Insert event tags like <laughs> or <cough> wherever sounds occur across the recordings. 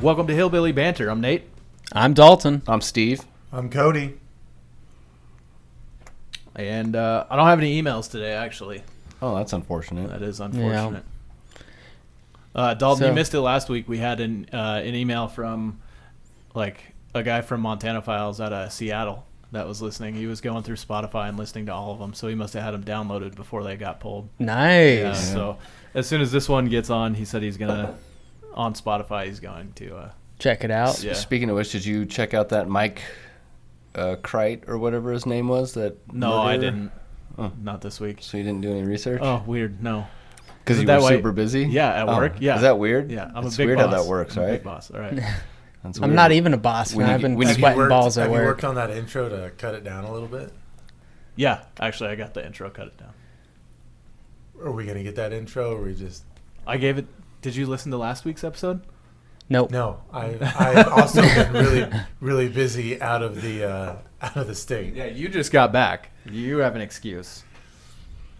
Welcome to Hillbilly Banter. I'm Nate. I'm Dalton. Uh, I'm Steve. I'm Cody. And uh, I don't have any emails today, actually. Oh, that's unfortunate. That is unfortunate. Uh, Dalton, you So- missed it last week. We had an uh, an email from like a guy from Montana Files out of Seattle that was listening. He was going through Spotify and listening to all of them, so he must have had them downloaded before they got pulled. Uh, Nice. So as soon as this one gets on, he said he's gonna on Spotify. He's going to. Uh, Check it out. Yeah. Speaking of which, did you check out that Mike uh, Kreit or whatever his name was? That no, I murderer? didn't. Not this week. So you didn't do any research? Oh, weird. No. because you that were why- super busy. Yeah, at Oh, work. Yeah. Is that weird? Yeah, I'm It's a big weird boss. how that works, I'm a right? big boss. All <laughs> right. That's I'm weird. not e- even a boss, man. When you I've get- been when you get sweating worked- balls at have you work. worked on that intro to cut it down a little bit? Yeah, actually, I got the intro. Cut it down. Are we gonna get that intro? Or are we just I gave it. Did you listen to last week's episode? Nope. no? I I've also been really really busy out of the uh, out of the state. Yeah, you just got back. You have an excuse.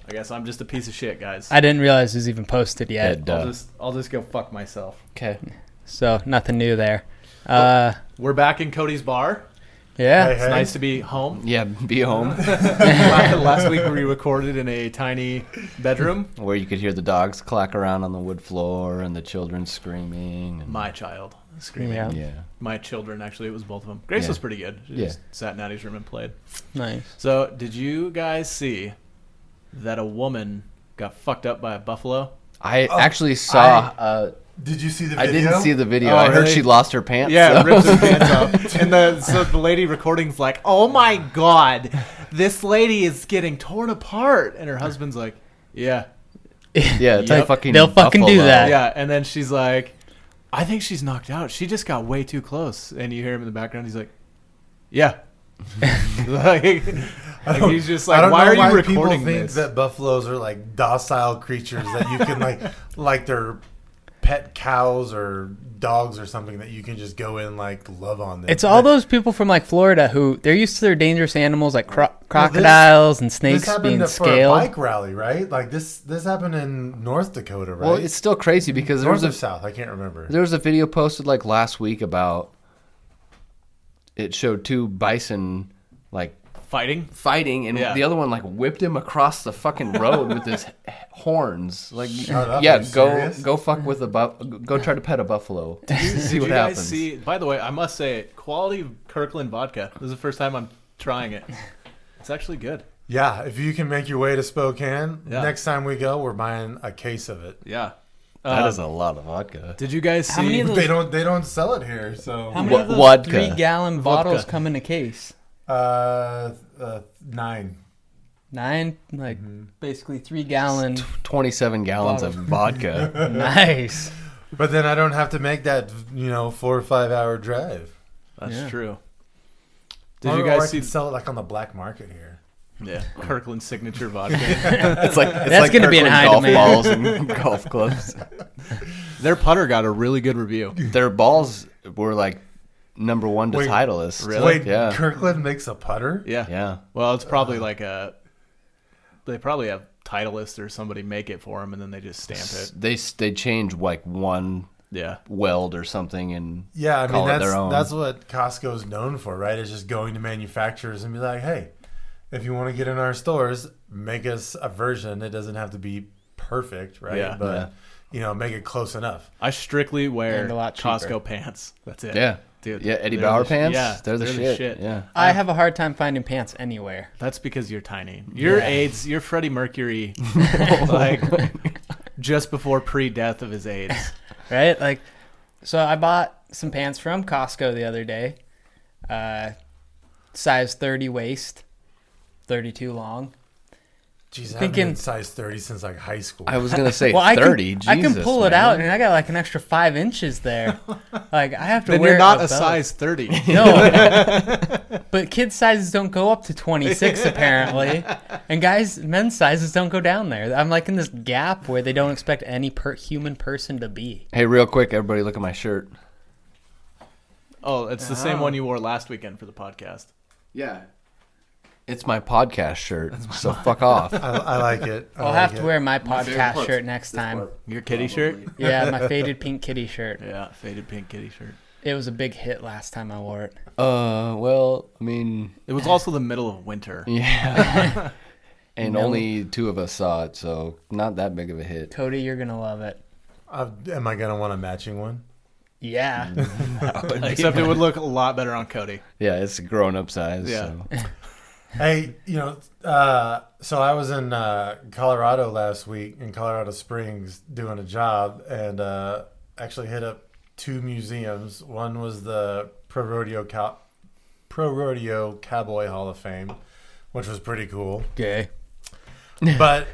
I guess I'm just a piece of shit, guys. I didn't realize it was even posted yet. Ed, will uh, just I'll just go fuck myself. okay. So nothing new there. Uh, We're back in Cody's bar. yeah. Oh. Hey, It's hey. nice to be <laughs> home. <laughs> Yeah, be home last week we recorded in a tiny bedroom. where you could hear the dogs clack around on the wood floor and the children screaming. And, My child screaming. Yeah. yeah. My children actually. It was both of them. Grace Yeah. was pretty good. She Yeah. just sat in Addie's room and played. Nice. <laughs> So, did you guys see that a woman got fucked up by a buffalo? I actually saw. uh, Did you see Oh, the I video? didn't see the video. Oh, I heard really? she lost her pants. Yeah, so- ripped her pants off. <laughs> And the, so the lady recording's like, "Oh my god, this lady is getting torn apart," and her husband's like, "Yeah, <laughs> yeah. It's Yep. a fucking. They'll fucking do buffalo. that. yeah," and then she's like, "I think she's knocked out. She just got way too close." And you hear him in the background. He's like, <laughs> "Yeah." <laughs> like, like, he's just I like, don't "Why know are you why people recording think this?" that buffaloes are like docile creatures that you can <laughs> like like they're pet cows or dogs or something that you can just go in like love on them. <laughs> It's all But those people from like Florida who they're used to their dangerous animals like cro- Well, this- crocodiles and this snakes happened being to- for a scaled. bike rally, right? Like this this happened in North Dakota, right? Well, it's still crazy because there north was or a south. I can't remember. There was a video posted like last week about it showed two bison like Fighting. fighting and Yeah. the other one like whipped him across the fucking road with his <laughs> h- horns. Like Shut up, are yeah, you go serious? go fuck with a bu- go try to pet a buffalo. <laughs> see Did what you guys happens. see? By the way, I must say, quality Kirkland vodka. This is the first time I'm trying it. It's actually good. Yeah, if you can make your way to Spokane, Yeah. next time we go, we're buying a case of it. Yeah. uh, That is a lot of vodka. Did you guys see? How many of those- They don't they don't sell it here, so many of those Vodka. three gallon bottles Vodka. come in a case? uh, uh nine. Nine, like Mm-hmm. basically three <laughs> gallon. Twenty-seven gallons <laughs> of vodka. nice. But then I don't have to make that you know four or five hour drive. That's Yeah. true. Did Or- you or I guys see? can sell it like on the black market here? Yeah, Kirkland signature vodka. <laughs> It's like it's That's gonna be in high golf demand. balls and <laughs> golf clubs. Their putter got a really good review. Their balls were like number one to Wait, title list. Really? Wait, Yeah. Kirkland makes a putter. Yeah. yeah. Well, it's probably like a. They probably have Titleist or somebody make it for them, and then they just stamp it. They s- they change like one Yeah. weld or something and Yeah, I Call mean it that's their own. that's what Costco's known for, right? It's just going to manufacturers and be like, hey, if you want to get in our stores, make us a version. It doesn't have to be perfect, right? Yeah. but Yeah. you know, make it close enough. I strictly wear And a lot cheaper. Costco pants. That's it. Yeah. Dude. Yeah, Eddie they're Bauer the sh- pants. Yeah, they're the, shit. Yeah. I have a hard time finding pants anywhere. That's because you're tiny. Your AIDS, you're Freddie <laughs> Mercury, like just before pre-death of his AIDS. right? Like, so I bought some pants from Costco the other day, uh, size 30 waist, 32 long. Jeez, I Thinking- haven't been size thirty since like high school. I was gonna <laughs> say Well, I thirty. can Jesus, I can pull it man. out, and I got like an extra five <laughs> inches there. like I have to Then wear. you're it not a with belt. size <laughs> thirty. No, <laughs> <laughs> but kids sizes don't go up to 26 apparently, and guys men's sizes don't go down there. I'm like in this gap where they don't expect any per- human person to be. Hey, real quick, everybody, look at my shirt. Oh, it's the same one you wore last weekend for the podcast. Yeah. It's my podcast shirt, so fuck off. <laughs> I, I like it. I <laughs> I'll like have to it. wear my Oh, My favorite podcast part's shirt next this time. part, Your kitty probably. shirt? Yeah, <laughs> my faded pink kitty shirt. Yeah, faded pink kitty shirt. It was a big hit last time I wore it. Uh, well, I mean, It was also the middle of <laughs> winter. yeah. <laughs> and only two of us saw it, so not that big of a hit. Cody, you're gonna love it. Uh, am I gonna want a matching one? Yeah. Except it would look a lot better on Cody. Yeah, it's a grown-up size. Yeah. <laughs> So. Hey, you know, uh, so I was in uh, Colorado last week in Colorado Springs doing a job and uh, actually hit up two museums. One was the Pro Rodeo Cow- Pro Rodeo Cowboy Hall of Fame, which was pretty cool. Gay. But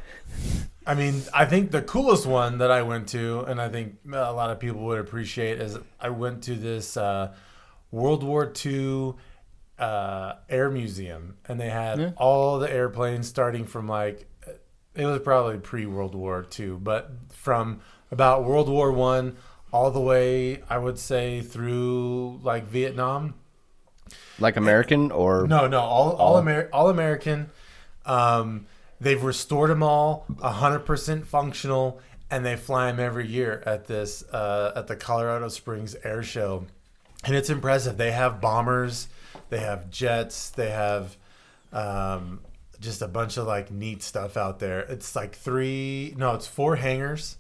I mean, I think the coolest one that I went to, and I think a lot of people would appreciate, is I went to this uh, World War II uh, air museum, and they had all the airplanes starting from like it was probably pre World War II, but from about World War One all the way, I would say through like Vietnam. Like American or No, no, all all, Amer- all American. Um, they've restored them all, hundred percent functional, and they fly them every year at this uh, at the Colorado Springs Air Show, and it's impressive. They have bombers, they have jets, they have um, just a bunch of like neat stuff out there. It's like three, no, it's four hangars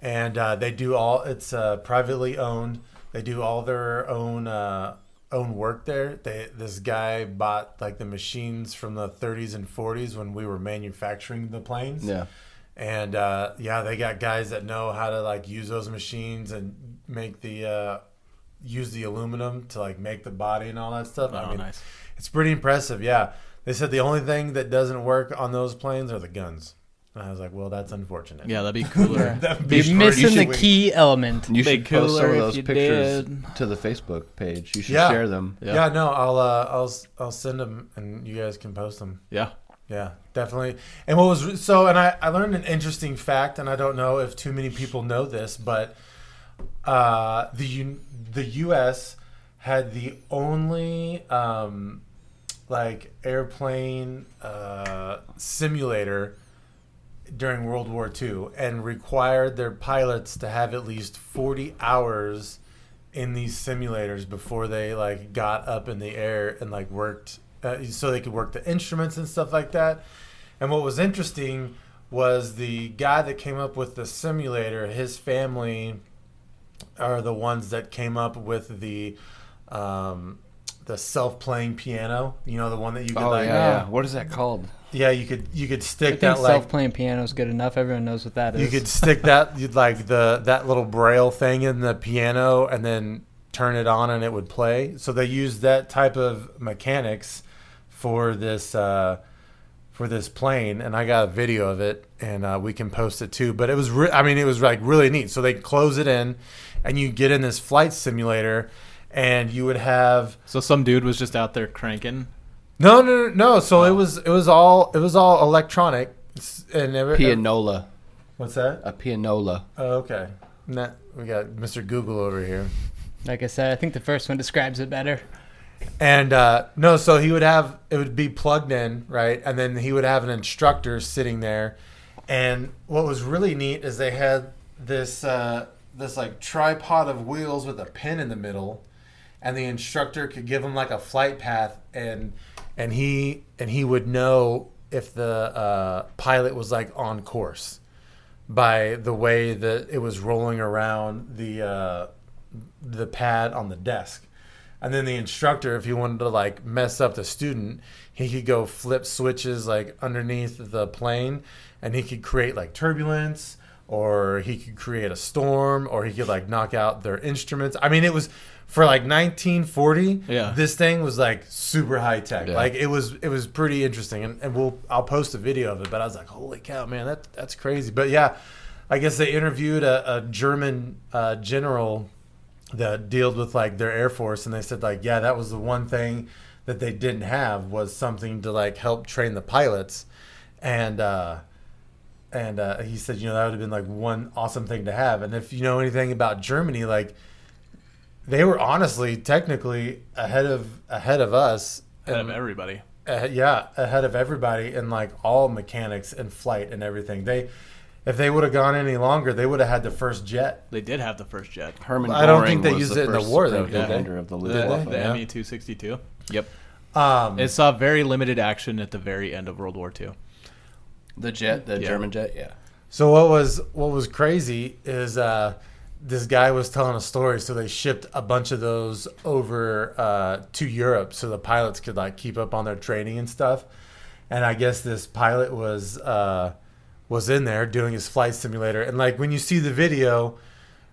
and uh, they do all it's uh, privately owned they do all their own uh, own work there they, this guy bought like the machines from the 30s and 40s when we were manufacturing the planes Yeah. and uh, yeah they got guys that know how to like use those machines and make the uh, use the aluminum to like make the body and all that stuff Oh, i mean nice. it's pretty impressive yeah they said the only thing that doesn't work on those planes are the guns and i was like well that's unfortunate Yeah, <laughs> that'd be cooler. That'd Be be missing freaking- the key element. You Be should post some cooler of if those you pictures did. to the Facebook page. You should Yeah. share them. Yeah. Yeah. no, I'll uh, I'll s- I'll send them, and you guys can post them. yeah. Yeah, definitely. And what was so, and I I learned an interesting fact, and I don't know if too many people know this, but uh, the U- the U.S. had the only um, like airplane uh, simulator during World War II, and required their pilots to have at least forty hours in these simulators before they like got up in the air and like worked uh, so they could work the instruments and stuff like that and what was interesting was the guy that came up with the simulator his family are the ones that came up with the um, the self-playing piano you know the one that you could Oh yeah, like yeah. Yeah. What is that called? yeah you could you could I stick think that like self-playing piano is good enough. Everyone knows what that is. you could stick that you'd like the that little braille thing in the piano and then turn it on and it would play. So they used that type of mechanics for this uh, for this plane, and I got a video of it, and uh, we can post it too. But it was, re- I mean, it was like really neat. So they close it in, and you get in this flight simulator, and you would have So some dude was just out there cranking. no, no, no. no. So it was it was all it was all electronic, s- and every, uh, Pianola. What's that? A pianola. Oh, okay. Nah, we got Mr. Google over here. like I said, I think the first one describes it better. And uh, no, so he would have it would be plugged in, right? And then he would have an instructor sitting there. And what was really neat is they had this uh, this like tripod of wheels with a pin in the middle, and the instructor could give him like a flight path, and and he and he would know if the uh, pilot was like on course by the way that it was rolling around the uh, the pad on the desk. And then the instructor, if he wanted to like mess up the student, he could go flip switches like underneath the plane and he could create like turbulence or he could create a storm or he could like knock out their instruments. I mean, it was for like 1940. Yeah. This thing was like super high tech. Yeah. Like it was, it was pretty interesting. And, and we'll, I'll post a video of it, but I was like, holy cow, man, that, that's crazy. But yeah, I guess they interviewed a, a German uh, general that dealt with like their air force and they said like yeah that was the one thing that they didn't have was something to like help train the pilots and uh and uh, he said you know that would have been like one awesome thing to have and if you know anything about germany like they were honestly technically ahead of ahead of us Out of and- everybody. uh, yeah, ahead of everybody in like all mechanics and flight and everything. They, if they would have gone any longer, they would have had the first jet. They did have the first jet. Herman I don't think Goering they was used the it in the first war, though, Supreme did they? Commander of the The, Luftwaffe. the yeah. ME 262. Yep. Um, It saw very limited action at the very end of World War II. The jet, the Yeah. German jet, yeah. so what was what was crazy is uh, this guy was telling a story. So they shipped a bunch of those over uh, to Europe so the pilots could like keep up on their training and stuff. And I guess this pilot was uh, was in there doing his flight simulator. And like when you see the video,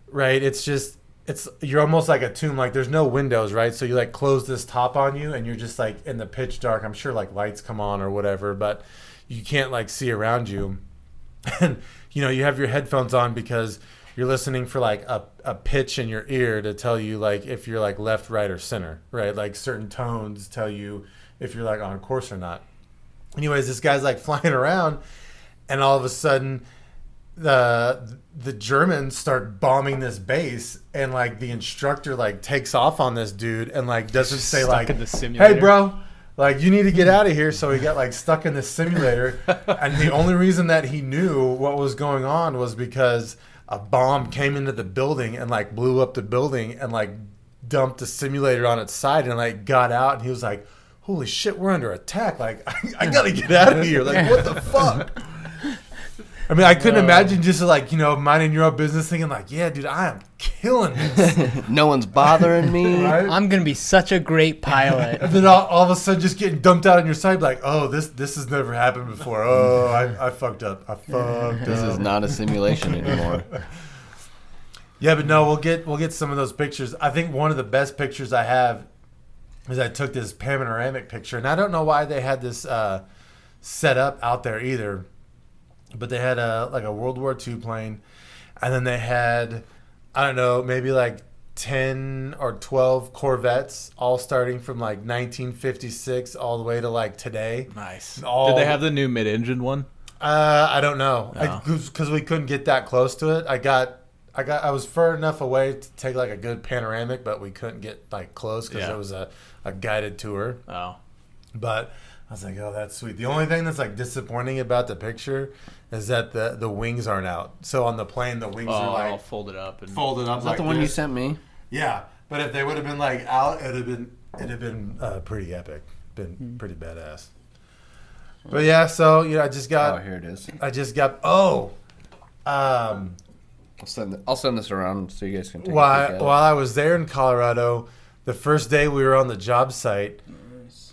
right? It's just it's you're almost like a tomb. Like there's no windows, right? So you like close this top on you, and you're just like in the pitch dark. I'm sure like lights come on or whatever, but you can't like see around you. And <laughs> you know you have your headphones on because you're listening for like a, a pitch in your ear to tell you like if you're like left, right, or center, right? Like certain tones tell you if you're like on course or not. Anyways, this guy's like <laughs> flying around, and all of a sudden the the Germans start bombing this base, and like the instructor like takes off on this dude, and like doesn't say Stuck like, in the "Hey, simulator." bro." Like you need to get out of here, so he got like stuck in the <laughs> simulator, and the only reason that he knew what was going on was because a bomb came into the building and like blew up the building and like dumped the simulator on its side and like got out, and he was like, "Holy shit, we're under attack! Like <laughs> I, I gotta get out of here! Like what the fuck?" I mean, I couldn't imagine just like you know minding your own business, thinking like, "Yeah, dude, I am killing this." <laughs> No one's bothering me. Right? I'm gonna be such <laughs> a great pilot. and then all, all of a sudden, just getting dumped out on your side, like, "Oh, this this has never happened before. Oh, I, I fucked up. I fucked This up." is not a simulation anymore. Yeah, but no, we'll get we'll get some of those pictures. I think one of the best pictures I have is I took this panoramic picture, and I don't know why they had this uh, set up out there either, but they had a like a World War II plane, and then they had I don't know maybe like ten or twelve Corvettes, all starting from like 1956 all the way to like today. Nice. All- Did they have the new mid-engine one? Uh, I don't know No. because we couldn't get that close to it. I got, I got, I was far enough away to take like a good panoramic, but we couldn't get like close because Yeah. it was a, a guided tour. Oh, But I was like, oh, that's sweet. The only thing that's like disappointing about the picture is that the the wings aren't out. So on the plane, the wings oh, are all like folded up and folded up. Is like that the one you this. sent me? Yeah, but if they would have been like out, it'd have been it'd have been uh, pretty epic, Hmm. been pretty badass. But yeah, so you know, I just got. Oh, here it is. I just got oh. Um, I'll send, I'll send this around so you guys can take a peek while at while I was there in Colorado, the first day we were on the job site,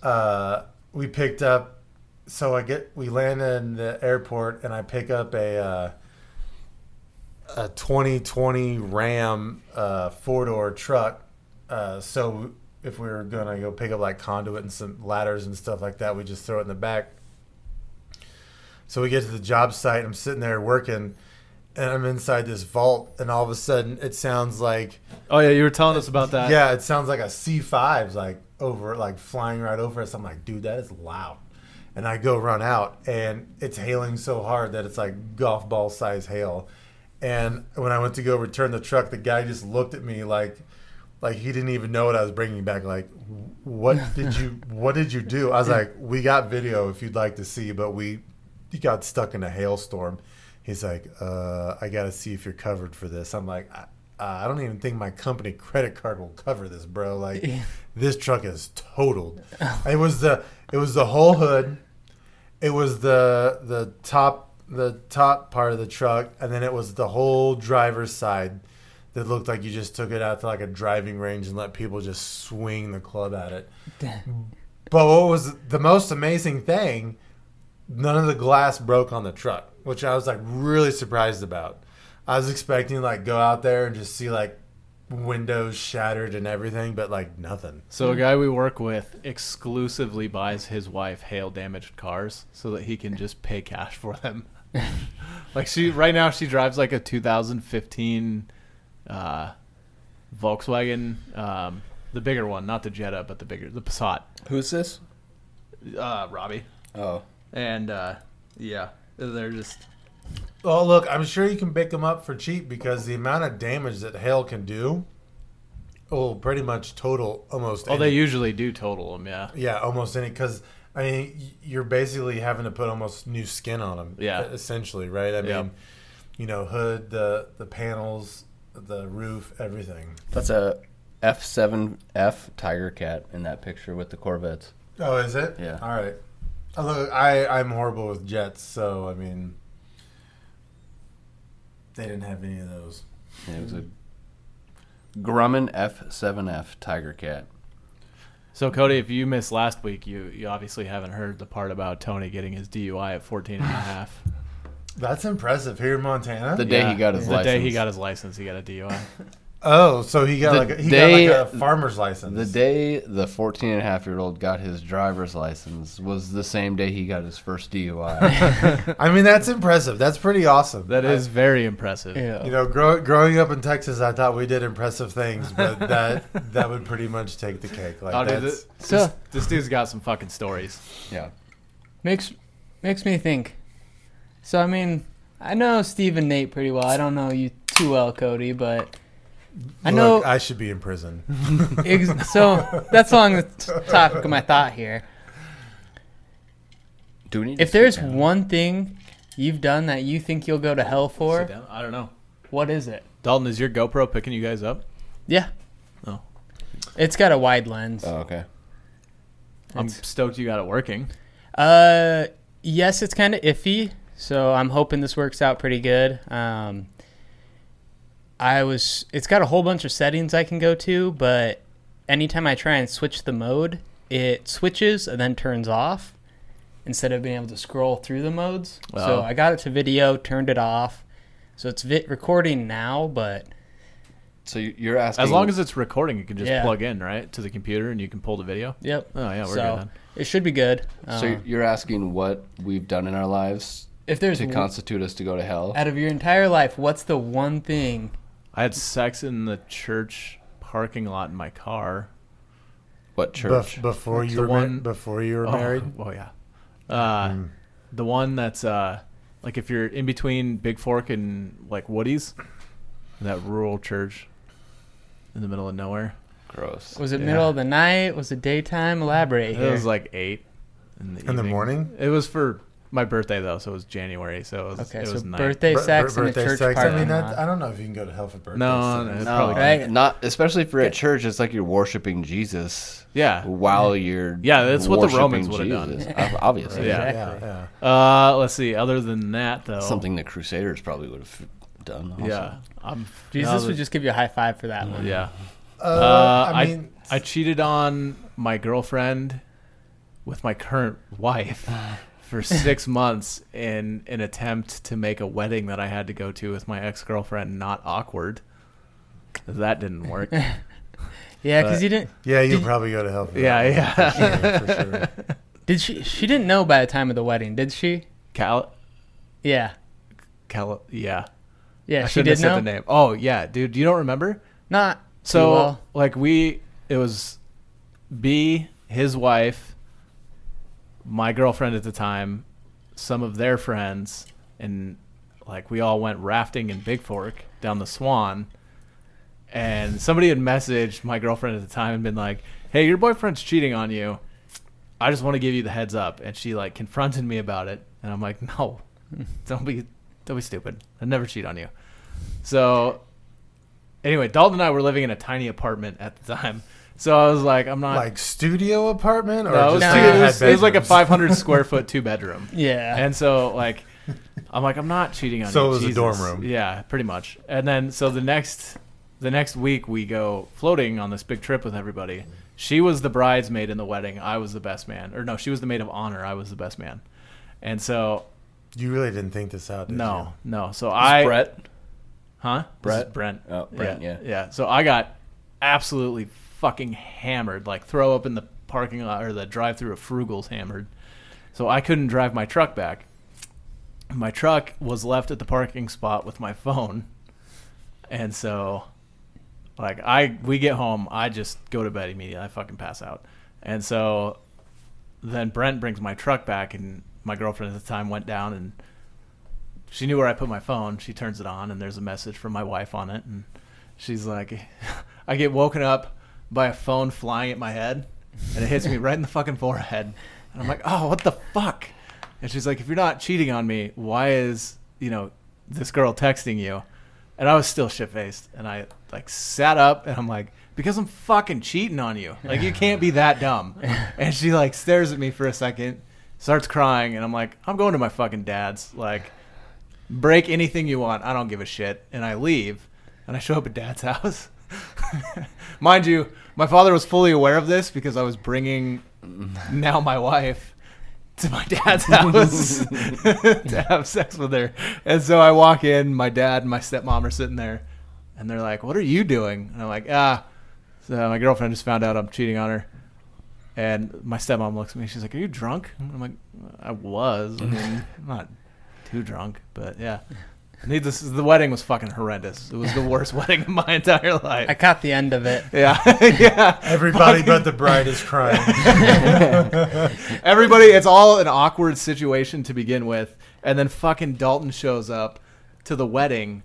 uh, we picked up. So I get we land in the airport and I pick up a uh, a 2020 Ram uh, four door truck. Uh, so if we were gonna go pick up like conduit and some ladders and stuff like that, we just throw it in the back. So we get to the job site. I'm sitting there working, and I'm inside this vault, and all of a sudden it sounds like Oh yeah, you were telling us about that. yeah, it sounds like a C5's like over like flying right over us. I'm like, dude, that is loud. And I go run out, and it's hailing so hard that it's like golf ball size hail. And when I went to go return the truck, the guy just looked at me like, like he didn't even know what I was bringing back. Like, what did you, what did you do? I was like, we got video if you'd like to see, but we, you got stuck in a hailstorm. He's like, uh, I got to see if you're covered for this. I'm like, I, uh, I don't even think my company credit card will cover this, bro. Like, this truck is totaled. It was the, it was the whole hood. It was the the top the top part of the truck, and then it was the whole driver's side that looked like you just took it out to like a driving range and let people just swing the club at it. But what was the most amazing thing? None of the glass broke on the truck, which I was like really surprised about. I was expecting to, like go out there and just see like windows shattered and everything, but like nothing. So a guy we work with exclusively buys his wife hail damaged cars so that he can just pay cash for <laughs> them. like she right now she drives like a 2015 uh, Volkswagen, um, the bigger one, not the Jetta, but the bigger the Passat. it. Who's this? Uh, Robbie Oh. and uh, yeah, they're just Oh look, I'm sure you can pick them up for cheap because the amount of damage that hail can do will pretty much total almost. well any, Oh, they usually do total them. Yeah, yeah, almost any because I mean, y- you're basically having to put almost new skin on them. Yeah. Essentially, right? I mean, Yeah. you know, hood, the the panels, the roof, everything. That's a F7F Tiger Cat in that picture with the Corvettes. Oh, is it? Yeah. All right. Oh, look, I I'm horrible with jets, so I mean, they didn't have any of those. And it was a Grumman F7F Tiger Cat. So Cody, if you missed last week, you you obviously haven't heard the part about Tony getting his DUI at 14 and a <sighs> half. That's impressive here in Montana. The day Yeah. he got his the license. day he got his license, he got a DUI. oh, so he got The like a, he day- got like a farmer's license. The day the 14 and a half year old got his driver's license was the same day he got his first DUI. I mean, that's impressive. That's pretty awesome. That is very impressive. Yeah. You know, grow, growing up in Texas, I thought we did impressive things, <laughs> but that that would pretty much take the cake. Like Oh, dude, that's, this, So- this- this dude's got some fucking stories. yeah. Makes makes me think. So I mean, I know Steve and Nate pretty well. I don't know you too well, Cody, but I know. Look, I should be in prison. ex- so that's along the t- topic of my thought here. Do we need to If sit there's down? one thing you've done that you think you'll go to hell Sit for, down. I don't know. what is it? Dalton, is your GoPro picking you guys up? Yeah. Oh. It's got a wide lens. Oh, okay. I'm It's- stoked you got it working. Uh, yes, it's kind of iffy. So I'm hoping this works out pretty good. Um, I was. It's got a whole bunch of settings I can go to, but anytime I try and switch the mode, it switches and then turns off instead of being able to scroll through the modes. So Wow. I got it to video, turned it off. So it's vi- recording now, but So you- you're asking. As long as it's recording, you can just Yeah. plug in right to the computer and you can pull the video. yep. Oh yeah, we're so good. Then. it should be good. Um, So Oh. you're asking what we've done in our lives if there's to w- constitute us to go to hell? out of your entire life, what's the one thing I had sex in the church parking lot in my car. What church? Bef- before It's you the were ma- one- before you were Oh, married. Mm. Oh yeah, uh, the one that's uh, like if you're in between Big Fork and like Woody's, that rural church in the middle of nowhere. Gross. Was it Yeah. middle of the night? Was it daytime? Elaborate here. It was like eight in the In the evening. morning? It was for my birthday though, so it was January. So it was okay, it so was night. birthday Bir- sex bir- in the church sex. parking I mean, that, lot. I don't know if you can go to hell for birthday. Uh-huh. No, sex. no, No, probably Right. not especially if you're at church. It's like you're worshiping Jesus yeah. while you're Yeah, that's what the worshiping Romans would've done. Jesus. Ob- Obviously, Yeah. Yeah, Exactly. yeah. Uh, let's see. Other than that though, something the Crusaders probably would have done. Also. Oh. Yeah, I'm. Jesus uh, would just give you a high five for that one. Mm, Yeah. Uh, Uh, I mean, I cheated on my girlfriend with my current wife Uh. <laughs> for six months in an attempt to make a wedding that I had to go to with my ex girlfriend not awkward. That didn't work. <laughs> yeah, Yeah, because But- you didn't. yeah, you Did- probably go to hell for that. yeah. Yeah, <laughs> for sure. Did she? She didn't know by the time of the wedding, did she? Cal, Yeah. Cal, yeah. Yeah, I she shouldn't did have said know. the name. Oh yeah, dude, you don't remember? Not So too well. like we, it was B, his wife, my girlfriend at the time, some of their friends, and like we all went rafting in Big Fork down the Swan. And somebody had messaged my girlfriend at the time and been like, "Hey, your boyfriend's cheating on you. I just want to give you the heads up." And she like confronted me about it, and I'm like, "No, don't be, don't be stupid. I never cheat on you." So anyway, Dalton and I were living in a tiny apartment at the time. So I was like, "I'm not." like studio apartment or no, it was, just No. two- like it had was- it was like a bedrooms? 500 square foot two bedroom. Yeah. <laughs> And so like I'm like I'm not cheating on So you. it was a Jesus. dorm room. Yeah, pretty much. And then so the next the next week we go floating on this big trip with everybody. She was the bridesmaid in the wedding. I was the best man. Or no, she was the maid of honor. I was the best man. And so You really didn't think this out, did no, no. So Is I Brett. Huh? This is Brett? Brent. Oh, Brent, yeah. yeah. So I got absolutely fucking hammered. Like throw up in the parking lot or the drive through of Frugal's hammered. So I couldn't drive my truck back. My truck was left at the parking spot with my phone. And so like I we get home, I just go to bed immediately. I fucking pass out. And so then Brent brings my truck back and my girlfriend at the time went down and she knew where I put my phone. She turns it on, and there's a message from my wife on it, and she's like, <laughs> "I get woken up by a phone flying at my head, and it hits me right in the fucking forehead." And I'm like, oh, what the fuck? And she's like, if you're not cheating on me, why is you know this girl texting you? And I was still shit faced, and I like sat up, and I'm like, because I'm fucking cheating on you. Like you can't be that dumb. And she like stares at me for a second, starts crying, and I'm like, I'm going to my fucking dad's. Like, break anything you want. I don't give a shit. And I leave, and I show up at dad's <laughs> house. Mind you, my father was fully aware of this because I was bringing now my wife to my dad's <laughs> house to have sex with her. And so I walk in, my dad and my stepmom are sitting there, and they're like, What are you doing? And I'm like, Ah. So my girlfriend just found out I'm cheating on her. And my stepmom looks at me. She's like, "Are you drunk?" And I'm like, "I was. I mean, I'm not too drunk, but yeah." Needless, the wedding was fucking horrendous. It was the worst <laughs> wedding of my entire life. I caught the end <laughs> of it. Yeah, yeah. Everybody but the bride is <laughs> crying. Everybody, it's all an awkward situation to begin with, and then fucking Dalton shows up to the wedding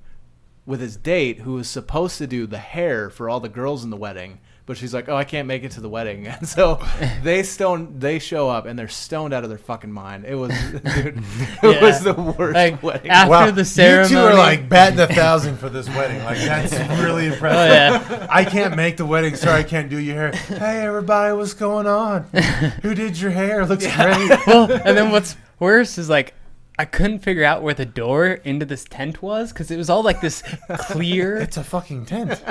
with his date, who was supposed to do the hair for all the girls in the wedding, but she's like, "Oh, I can't make it to the wedding," <laughs> and <laughs> so they stone they show up and they're stoned out of their fucking mind. It was, <laughs> <laughs> dude, it Yeah. was the worst Like, wedding. after the ceremony. you two are like batting a thousand for this wedding. Like that's <laughs> really impressive. Oh, <laughs> yeah. I can't make the wedding. Sorry, I can't do your hair. Hey, everybody, what's going on? <laughs> Who did your hair? Looks great. well, and then what's worse is like I couldn't figure out where the door into this tent was because it was all like <laughs> this clear, It's a fucking tent.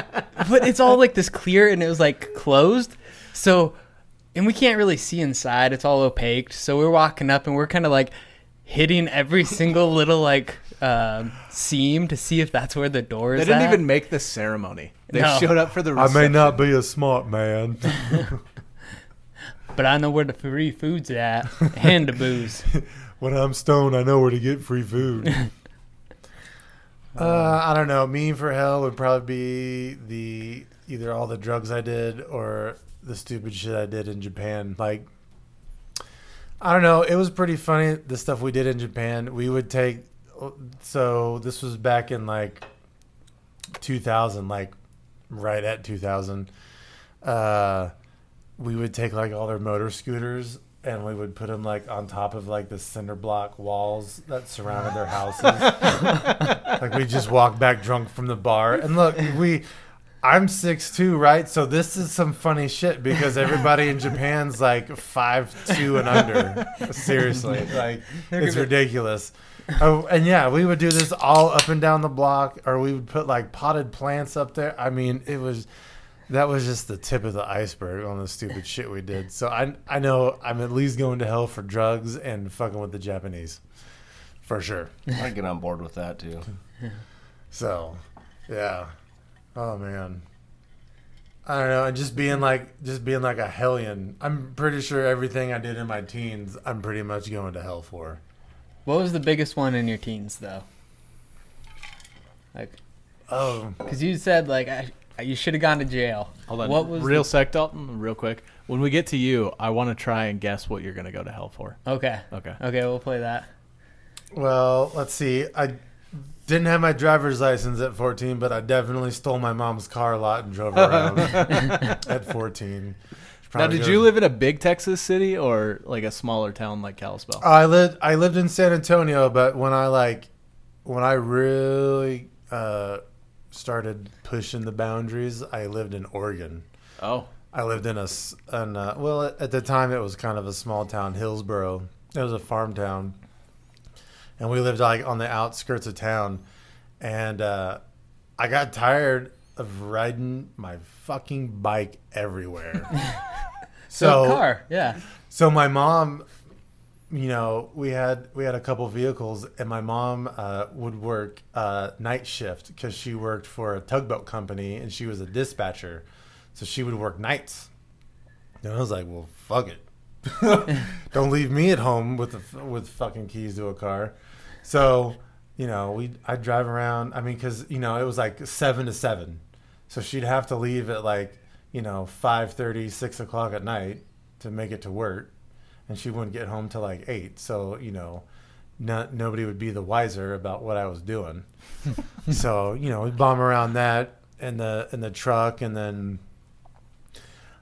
but it's all like this clear and it was like closed. So, and we can't really see inside; it's all opaque. So we're walking up and we're kind of like hitting every single little like um, seam to see if that's where the door is. they didn't at. even make the ceremony. They No. showed up for the. Reception. be a smart man. <laughs> but I know where the free <laughs> food's at and the booze. When I'm stoned, I know where to get free food. <laughs> uh, I don't know. Me for hell would probably be the either all the drugs I did or the stupid shit I did in Japan. Like, I don't know. It was pretty funny the stuff we did in Japan. We would take. So this was back in like 2000, like right at 2000. Uh, we would take like all their motor scooters and we would put them like on top of like the cinder block walls that surrounded their houses. like we just walk back drunk from the bar. And look, we I'm six two, right? So this is some funny shit because everybody in Japan's like five two and under. Seriously. Like it's ridiculous. Oh, and yeah, we would do this all up and down the block, or we would put like potted plants up there. I mean, it was that was just the tip of the iceberg on the stupid shit we did. So I I know I'm at least going to hell for drugs and fucking with the Japanese, for sure. I get on board with that too. So, yeah. Oh man. I don't know, and just being like just being like a hellion. I'm pretty sure everything I did in my teens, I'm pretty much going to hell for. What was the biggest one in your teens, though? Like, Oh, because you said like I, I- you should have gone to jail. Hold on. What was real sec, Dalton? Real quick. When we get to you, I want to try and guess what you're going to go to hell for. the- okay. Okay. Okay, we'll play that. Well, let's see. I didn't have my driver's license at 14, but I definitely stole my mom's car a lot and drove <laughs> around at 14. Now, Probably did go- you live in a big Texas city or like a smaller town like Kalispell? Uh, I lived. I lived in San Antonio, but when I like, when I really uh, started pushing the boundaries, I lived in Oregon. oh, I lived in a, s- an, uh, well, at the time it was kind of a small town, Hillsboro. It was a farm town. And we lived like on the outskirts of town. And uh, I got tired of riding my fucking bike <laughs> everywhere. So Oh, car, yeah. so my mom, you know, we had we had a couple vehicles, and my mom uh, would work uh, night shift because she worked for a tugboat company and she was a dispatcher, so she would work nights. And I was like, well, fuck it, <laughs> don't leave me at home with the, with fucking keys to a car. So, you know, we I'd drive around. I mean, because you know it was like seven to seven, so she'd have to leave at like you know five thirty, six o'clock at night to make it to work, and she wouldn't get home till like eight. So you know, not, nobody would be the wiser about what I was doing. so you know, we bomb around that in the in the truck, and then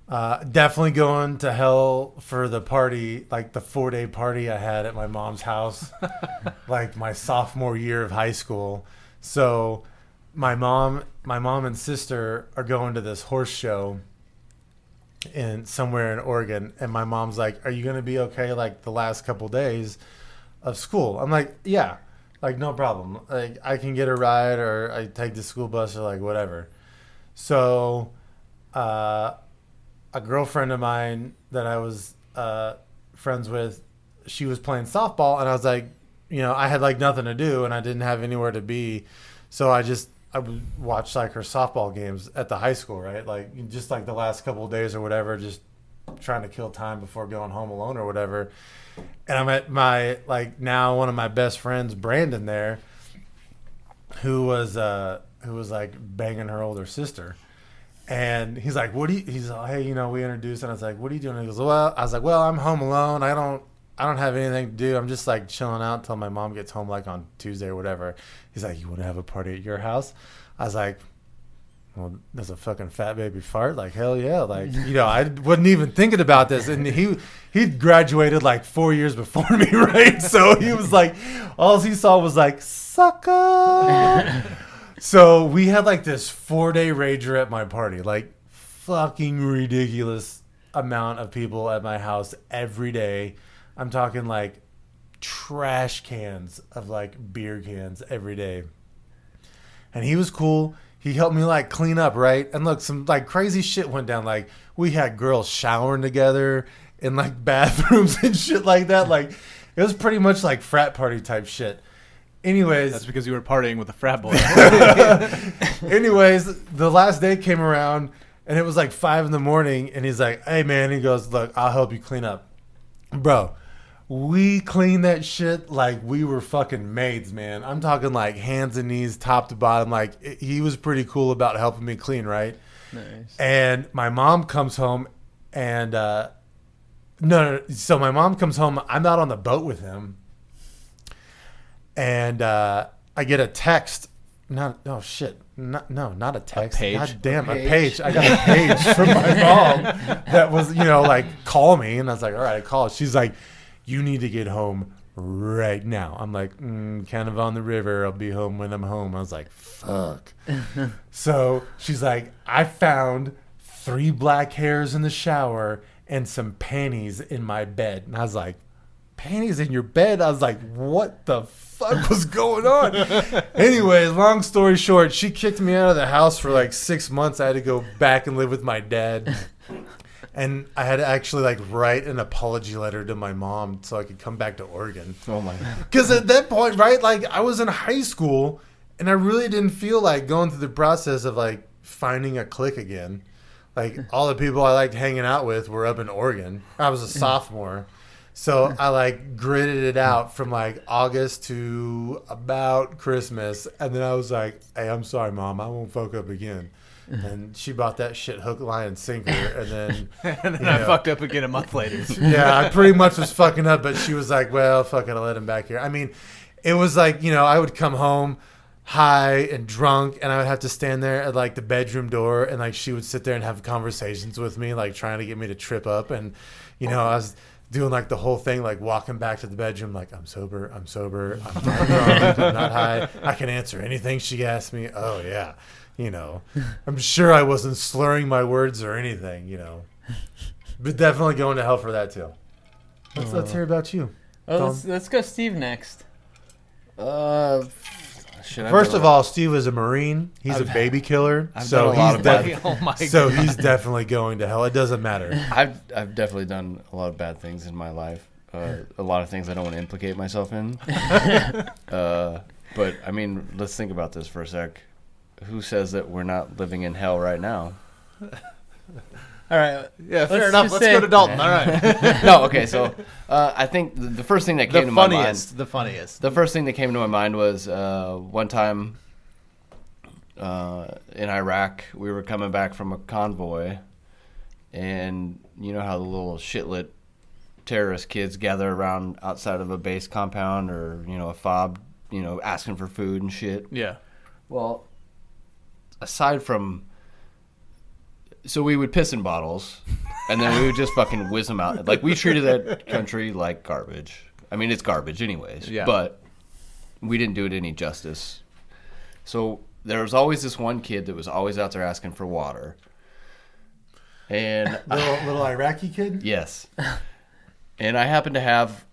Uh, definitely going to hell for the party, like the four day party I had at my mom's house, like my sophomore year of high school. So my mom, my mom and sister are going to this horse show in somewhere in Oregon, and my mom's like, "Are you gonna be okay?" Like the last couple days of school. I'm like, "Yeah." Like no problem. Like I can get a ride, or I take the school bus, or like whatever. So uh, a girlfriend of mine that I was uh, friends with, she was playing softball, and I was like, you know, I had like nothing to do, and I didn't have anywhere to be, so I just I would watch like her softball games at the high school, right? Like just like the last couple of days or whatever, just trying to kill time before going home alone or whatever. And I met my like now one of my best friends, Brandon, there, who was uh, who was like banging her older sister. And he's like, "What do you?" He's like, "Hey, you know, we introduced." And I was like, "What are you doing?" He goes, "Well," I was like, "Well, I'm home alone. I don't, I don't have anything to do. I'm just like chilling out until my mom gets home, like on Tuesday or whatever." He's like, "You want to have a party at your house?" I was like, "Well, there's a fucking fat baby fart. Like hell yeah! Like you know, I wasn't even thinking about this." And he he graduated like four years before <laughs> me, right? So he was like, all he saw was like sucker. So we had like this four day rager at my party, like fucking ridiculous amount of people at my house every day. I'm talking like trash cans of like beer cans every day. And he was cool. He helped me like clean up, right? And look, some like crazy shit went down. Like we had girls showering together in like <laughs> bathrooms and shit like that. Like it was pretty much like frat party type shit. Anyways, That's because you were partying with a frat boy. <laughs> Anyways, the last day came around and it was like five in the morning, and he's like, "Hey man," he goes, "Look, I'll help you clean up, bro." We cleaned that shit like we were fucking maids, man. I'm talking like hands and knees, top to bottom. Like it- he was pretty cool about helping me clean, right? Nice. And my mom comes home, and uh, no, no, so my mom comes home. I'm not on the boat with him, and uh, I get a text. Not oh shit, not, no, not a text. page? God damn, a A page. page. I got a page from my mom that was you know like call me, and I was like, all right, I call. She's like, you need to get home right now. I'm like, mm, kind of on the river. I'll be home when I'm home. I was like, fuck. So she's like, I found three black hairs in the shower and some panties in my bed. And I was like, panties in your bed? I was like, what the fuck <laughs> was going on? Anyways, long story short, she kicked me out of the house for like six months. I had to go back and live with my dad. And I had to actually like write an apology letter to my mom so I could come back to Oregon. Oh my god. Because at that point, right, like I was in high school and I really didn't feel like going through the process of like finding a clique again. Like all the people I liked hanging out with were up in Oregon. I was a sophomore. So I like gritted it out from like August to about Christmas. And then I was like, hey, I'm sorry, mom. I won't fuck up again. And she bought that shit hook, line, and sinker. And then and then I Yeah. fucked up again a month later. <laughs> yeah, I pretty much was fucking up, but she was like, well, fuck it, I'll let him back here. I mean, it was like, you know, I would come home high and drunk, and I would have to stand there at like the bedroom door, and like she would sit there and have conversations with me, like trying to get me to trip up. And, you know, I was doing like the whole thing, like walking back to the bedroom, like, I'm sober, I'm sober, I'm not drunk, I'm not high, I can answer anything she asks me. Oh, yeah. You know, I'm sure I wasn't slurring my words or anything, you know. But definitely going to hell for that too. Let's, let's hear about you. Oh, let's, let's go Steve next. Uh, should I First go- of all, Steve is a Marine. He's a baby killer. I've so done a lot he's of bad- def- oh <laughs> my so he's definitely going to hell. It doesn't matter. I've I've definitely done a lot of bad things in my life. Uh, a lot of things I don't want to implicate myself in. uh, but I mean, let's think about this for a sec. Who says that we're not living in hell right now? All right. Yeah, fair Let's enough. just Let's say- go to Dalton. All right. no, okay. So uh, I think the, the first thing that came the to my mind. funniest. The funniest. The first thing that came to my mind was uh, one time uh, in Iraq, we were coming back from a convoy, and you know how the little shitlet terrorist kids gather around outside of a base compound or you know a fob, you know, asking for food and shit. Yeah. Well, aside from so we would piss in bottles, and then we would just fucking whiz them out. Like we treated that country like garbage. I mean, it's garbage anyways. Yeah. But we didn't do it any justice. So there was always this one kid that was always out there asking for water. And <laughs> Little, little Iraqi kid. Yes. and I happened to have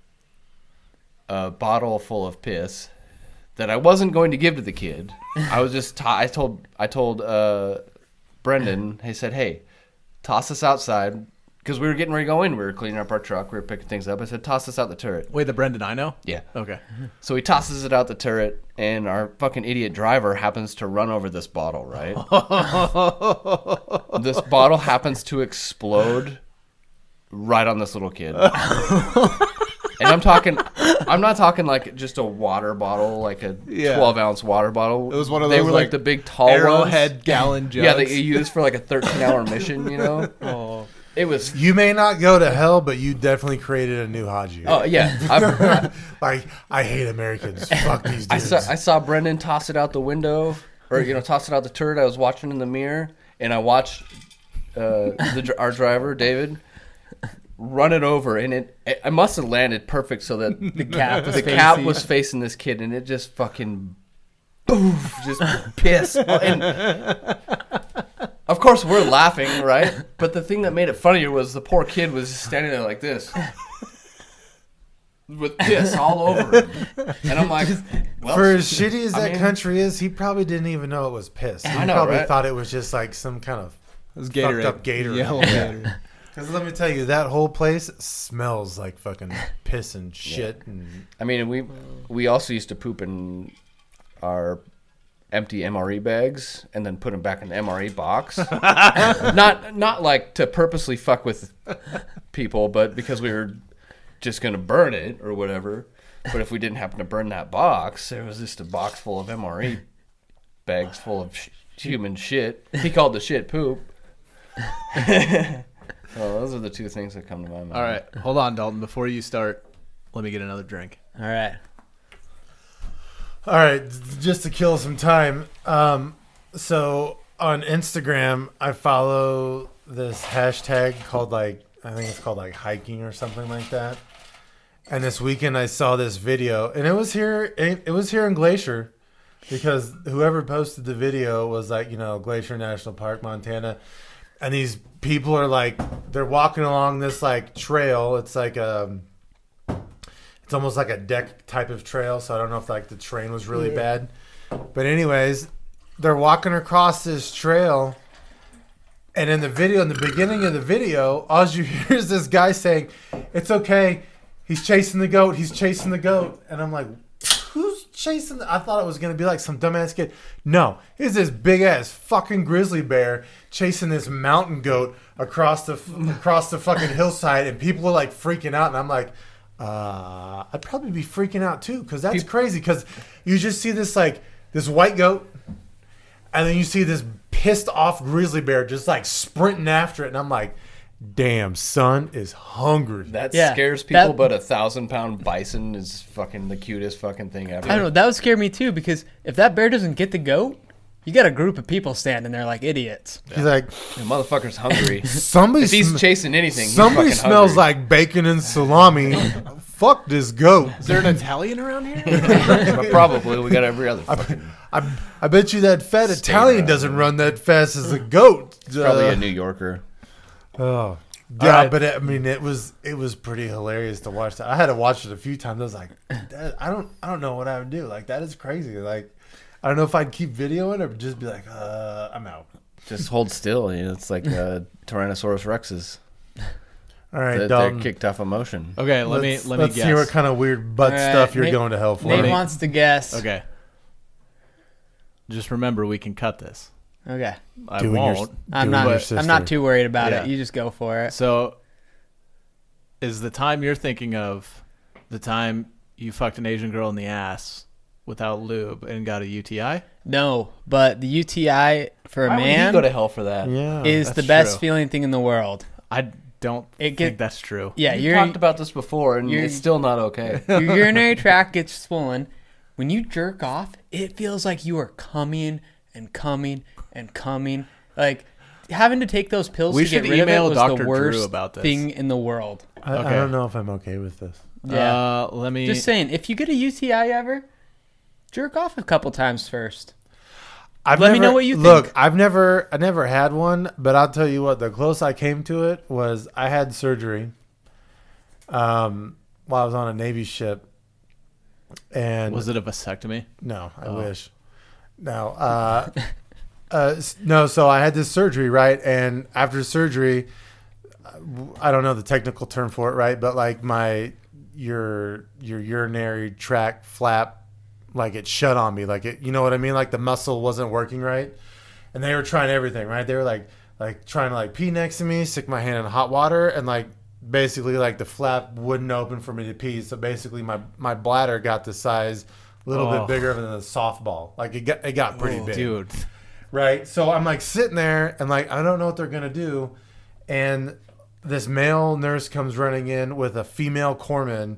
a bottle full of piss that I wasn't going to give to the kid. I was just t- I told I told uh, Brendan. He said, "Hey, toss us outside." Because we were getting ready to go in, we were cleaning up our truck, we were picking things up. I said, "Toss us out the turret." Wait, the Brendan I know? Yeah. Okay. So he tosses it out the turret, and our fucking idiot driver happens to run over this <laughs> bottle, right? this bottle happens to explode right on this <laughs> little kid. and I'm talking, I'm not talking like just a water bottle, like a Yeah. 12 ounce water bottle. It was one of They those, were like, like, the big tall Arrowhead ones. gallon jugs. <laughs> Yeah, that you use for like a 13 hour mission, <laughs> you know? Oh, It was. You may not go to hell, but you definitely created a new Haji. Oh yeah, I, <laughs> like I hate Americans. Fuck these dudes. <laughs> I saw I saw Brendan toss it out the window, or you know, toss it out the turret. I was watching in the mirror, and I watched uh, the, dr- our driver David run it over, and it it it must have landed perfect so that the <laughs> cap was the cap was facing this kid, and it just fucking boof, just pissed. And of course, we're laughing, right? But the thing that made it funnier was the poor kid was just standing there like this. With piss all over him, and I'm like, well, For as shitty as <laughs> I that mean- country is, he probably didn't even know it was piss. He I know, probably right? thought it was just like some kind of. It was Gatorade. up Gatorade. Yellow Yeah. <laughs> Gatorade. Because let me tell you, that whole place smells like fucking piss and shit. And I mean, we we also used to poop in our empty MRE bags and then put them back in the MRE box. not not like to purposely fuck with people, but because we were just going to burn it or whatever. But if we didn't happen to burn that box, there was just a box full of MRE bags full of sh- human shit. He called the shit poop. <laughs> well, those are the two things that come to my mind. All right. Hold on, Dalton. Before you start, let me get another drink. All right. all right, just to kill some time. Um, so on Instagram, I follow this hashtag called like I think it's called like hiking or something like that. And this weekend, I saw this video, and it was here. It, it was here in Glacier, because whoever posted the video was like, you know, Glacier National Park, Montana, and these people are like, they're walking along this like trail. It's like um, a, it's almost like a deck type of trail. So I don't know if like the terrain was really bad, but anyways, they're walking across this trail, and in the video, in the beginning of the video, all you <laughs> hear is this guy saying, "It's okay." He's chasing the goat. He's chasing the goat, and I'm like, "Who's chasing?" The-? I thought it was gonna be like some dumbass kid. No, it's this big ass fucking grizzly bear chasing this mountain goat across the across the fucking hillside, and people are like freaking out, and I'm like. Uh, I'd probably be freaking out too, cause that's crazy. Cause you just see this like this white goat, and then you see this pissed off grizzly bear just like sprinting after it, and I'm like, "Damn, son is hungry." That Yeah, scares that- people, but a thousand pound bison is fucking the cutest fucking thing ever. I don't know. That would scare me too because if that bear doesn't get the goat, you got a group of people standing there like idiots. He's like, The motherfucker's hungry. "Somebody, if he's sm- chasing anything, he's somebody fucking smells hungry. like bacon and <laughs> salami." Fuck this goat. Is there an Italian around here? But probably we got every other fucking. I, I bet you that fat Stay Italian around. doesn't run that fast as a goat. Probably Uh, a New Yorker. Oh. All Yeah, right. but it, I mean, it was it was pretty hilarious to watch that. I had to watch it a few times. I was like, that, I don't I don't know what I would do. Like that is crazy. Like I don't know if I'd keep videoing or just be like, uh, I'm out. Just hold still. You know, it's like uh, Tyrannosaurus rexes. All right, They're, they're Dalton. kicked off emotion. <laughs> Okay, let let's, me let me let's guess. Uh, see what kind of weird butt All right, stuff you're Nate- going to hell for. Nate me- wants to guess. okay. Just remember, we can cut this. Okay. I Doing your- won't. I'm Doing not. your I'm sister. not too worried about Yeah. it. You just go for it. So, is the time you're thinking of the time you fucked an Asian girl in the ass without lube and got a UTI? No, but the UTI for a Why would he man go to hell for that. yeah, is the That's best true. feeling thing in the world. I don't think It get- that's true. Yeah, You your talked about this before, and you're- it's still not okay. your urinary tract gets swollen. When you jerk off, it feels like you are coming and coming and coming. Like having to take those pills We to get should rid email of it was Dr. the Drew worst about this. thing in the world. I, Okay. I don't know if I'm okay with this. Yeah. Uh, let me. Just saying, if you get a UTI ever, jerk off a couple times first. I've Let me know what you look. think. I've never, I never had one, but I'll tell you what. The close I came to it was I had surgery, um, while I was on a Navy ship, and Was it a vasectomy? No, Oh. I wish. No. Uh, uh, s- no, so I had this surgery, right? And after surgery, uh, w- I don't know the technical term for it, right? But like my your your urinary tract flap like it shut on me, like it you know what I mean? Like the muscle wasn't working right. And they were trying everything, right? They were like like trying to like pee next to me, stick my hand in hot water and like basically like the flap wouldn't open for me to pee. So basically my my bladder got the size a little Oh. bit bigger than a softball. Like it got it got pretty big Dude, right? So I'm like sitting there and like I don't know what they're gonna do, and this male nurse comes running in with a female corpsman,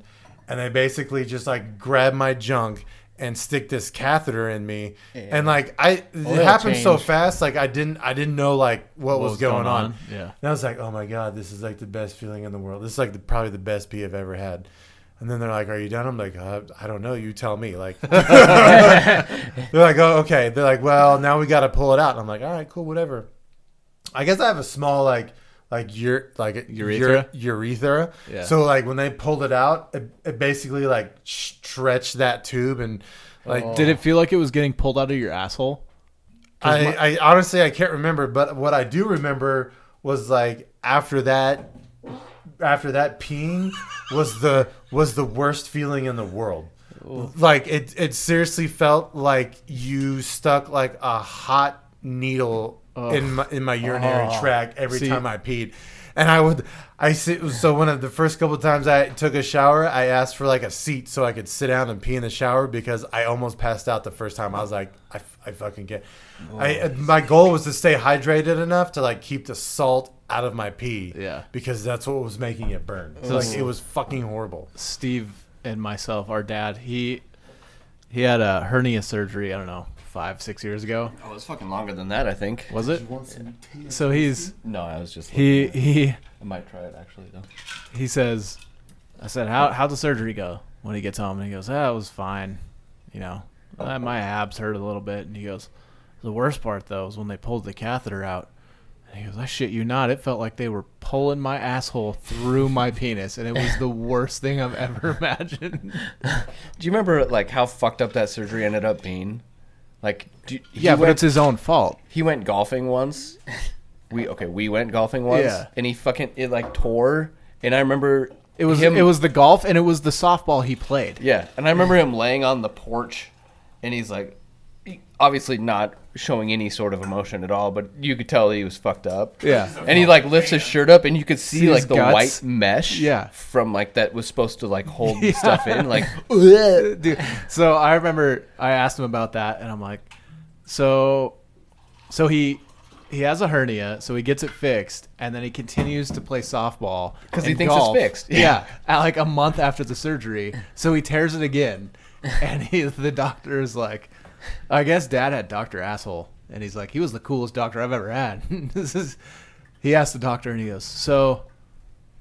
and they basically just like grab my junk and stick this catheter in me, and like I it that'll happened so change. fast, like I didn't I didn't know like what, was, going, on. Yeah. And I was like, oh my god, this is like the best feeling in the world. This is like the, probably the best pee I've ever had. And then they're like, "Are you done?" I'm like, uh, "I don't know. You tell me." Like, <laughs> they're like, oh, okay. They're like, well, now we got to pull it out. And I'm like, all right, cool, whatever. I guess I have a small like like ure like a Urethra? ure- urethra. Yeah. So like when they pulled it out, it, it basically like stretched that tube and like Did it feel like it was getting pulled out of your asshole? I, I honestly I can't remember, but what I do remember was like after that after that peeing was the was the worst feeling in the world. Like it it seriously felt like you stuck like a hot needle in my in my urinary tract every Ah. See- time I peed. And I would I sit so one of the first couple times I took a shower, I asked for like a seat so I could sit down and pee in the shower because I almost passed out the first time. I was like I, f- I fucking get. I my goal was to stay hydrated enough to like keep the salt out of my pee Yeah. because that's what was making it burn. Mm. So like it was fucking horrible. Steve and myself, our dad, he he had a hernia surgery. I don't know, five six years ago. Oh, it's fucking longer than that, I think. Was it? So he's No, I was just. he looking at it. he I might try it actually though. he says, I said, how how'd the surgery go? When he gets home, and he goes, ah, it was fine. You know, "Ah, my abs hurt a little bit. And he goes, the worst part though is when they pulled the catheter out. And he goes, I shit you not. It felt like they were pulling my asshole through my penis, and it was <laughs> the worst thing I've ever imagined. Do you remember like how fucked up that surgery ended up being? Like, do, he yeah, but went- it's his own fault. he went <laughs> golfing once. We okay, we went golfing once, Yeah. and he fucking it like tore. And I remember It was him, it was the golf and it was the softball he played. yeah, and I remember him laying on the porch, and he's like, he- obviously not showing any sort of emotion at all, but you could tell he was fucked up. Yeah. and he like lifts his shirt up, and you could see, See his like the guts? white mesh, Yeah. from like that was supposed to <laughs> like hold stuff in, like <laughs> Dude, so I remember I asked him about that and I'm like, so so he he has a hernia, so he gets it fixed and then he continues to play softball 'Cause he and thinks it's fixed. Yeah, at like a month after the surgery, so he tears it again <laughs> and he the doctor is like, I guess dad had doctor asshole and he's like, he was the coolest doctor I've ever had. <laughs> this is he asked the doctor and he goes, so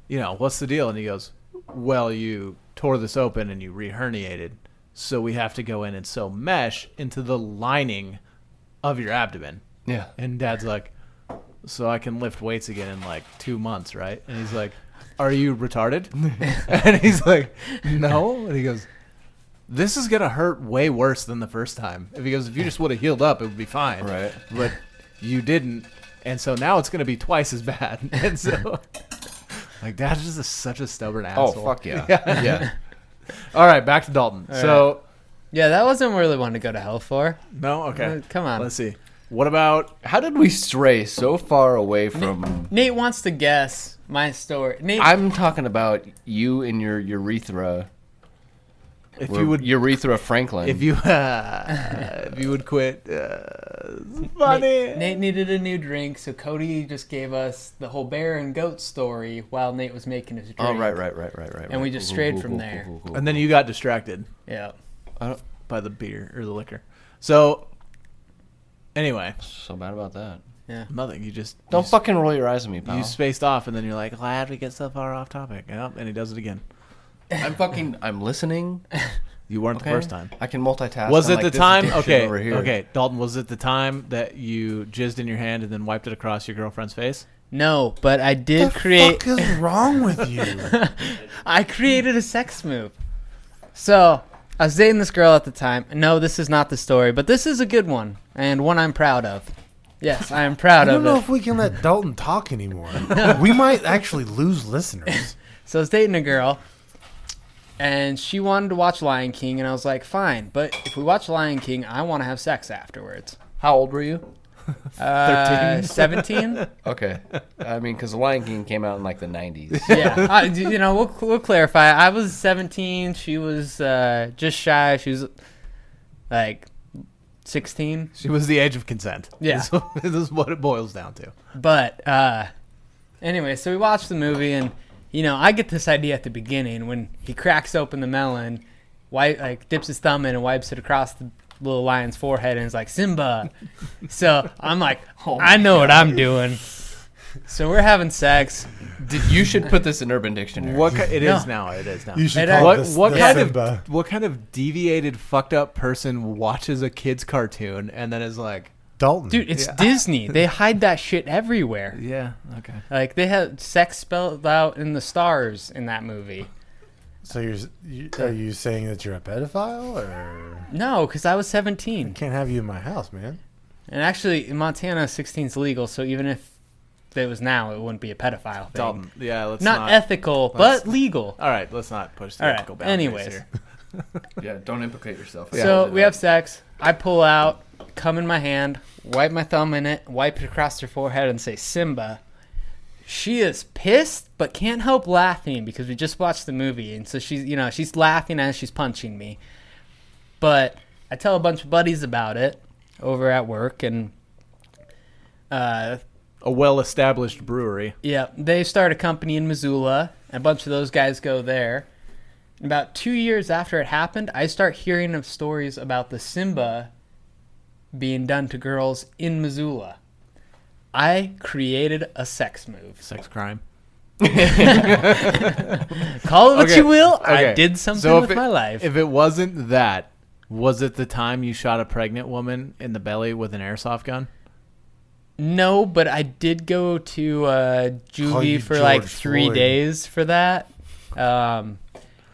you know, what's the deal? And he goes, well, you tore this open and you reherniated, so we have to go in and sew mesh into the lining of your abdomen. yeah, And Dad's like, so I can lift weights again in like two months, right? And he's like, are you retarded? <laughs> and he's like, no. And he goes, this is gonna hurt way worse than the first time. If he goes, if you just would have healed up, it would be fine. Right. But you didn't, and so now it's gonna be twice as bad. <laughs> And so, like, Dad's just a, such a stubborn oh asshole. <laughs> fuck yeah, yeah. All right, back to Dalton. so Yeah, that wasn't really one to go to hell for. no, okay. Uh, come on. Let's see. What about How did we stray so far away from? Nate wants to guess my story. Nate, I'm talking about you and your urethra. if Were you would urethra Franklin. If you <laughs> uh, if you would quit, uh, it's funny. Nate, Nate needed a new drink, so Cody just gave us the whole bear and goat story while Nate was making his drink. oh right, right, right, right, right. And we just strayed from there. And then you got distracted Yeah. by the beer or the liquor. So anyway, so bad about that. Yeah. Nothing. You just Don't you, s- fucking roll your eyes at me, pal. You spaced off, and then you're like, "Glad we get so far off topic." Yep, and he does it again. <laughs> I'm fucking. <laughs> I'm listening. You weren't Okay? the first time. I can multitask. Was I'm it like the this time? diction Okay, Over here. <laughs> okay, Dalton. Was it the time that you jizzed in your hand and then wiped it across your girlfriend's face? No, but I did What the create. fuck is wrong with <laughs> you? I created a sex move. So I was dating this girl at the time. No, this is not the story, but this is a good one and one I'm proud of. Yes, I am I <laughs> proud don't of know it. if we can <laughs> let Dalton talk anymore. we might actually lose listeners. So I was dating a girl, and she wanted to watch Lion King, and I was like, fine, but if we watch Lion King, I want to have sex afterwards. How old were you? <laughs> Uh, 17? Okay. I mean, because The Lion King came out in like <laughs> the 90s. <laughs> yeah. I, you know, we'll, we'll clarify. I was 17. She was uh, just shy. She was like 16. She was the age of consent. Yeah. This, this <laughs> is what it boils down to. But uh, anyway, so we watched the movie, and you know, I get this idea at the beginning when he cracks open the melon, wipe, like dips his thumb in and wipes it across the little lion's forehead, and is like Simba. so I'm like, I know what I'm doing. So we're having sex. Did, you should put this in Urban Dictionary. What ki- it is No. now? It is now. You should And call I- what this what the kind Simba. of what kind of deviated fucked up person watches a kids cartoon and then is like, Dalton. Dude, it's Disney. They hide that shit everywhere. yeah, okay. Like they had sex spelled out in the stars in that movie. so you're you, are you saying that you're a pedophile or No, because I was 17, can't have you in my house, man? and actually in Montana, 16 is legal. So even if it was now, it wouldn't be a pedophile thing. Dalton. Yeah, let's Not, not. ethical, let's- but legal. all right, let's not push the All right, ethical boundaries anyways. here. Yeah, don't implicate yourself. so we have sex. I pull out, come in my hand, wipe my thumb in it, wipe it across her forehead, and say Simba. She is pissed, but can't help laughing because we just watched the movie, and so she's you know she's laughing as she's punching me. But I tell a bunch of buddies about it over at work, and uh, A well-established brewery. yeah, they start a company in Missoula. A bunch of those guys go there. And about two years after it happened, I start hearing of stories about the Simba being done to girls in Missoula. I created a sex move. Sex crime. Call it what Okay, you will. I okay. did something So if with it- my life. If it wasn't that, was it the time you shot a pregnant woman in the belly with an airsoft gun? no, but I did go to uh, Call you juvie for like George three Floyd. days for that. Um,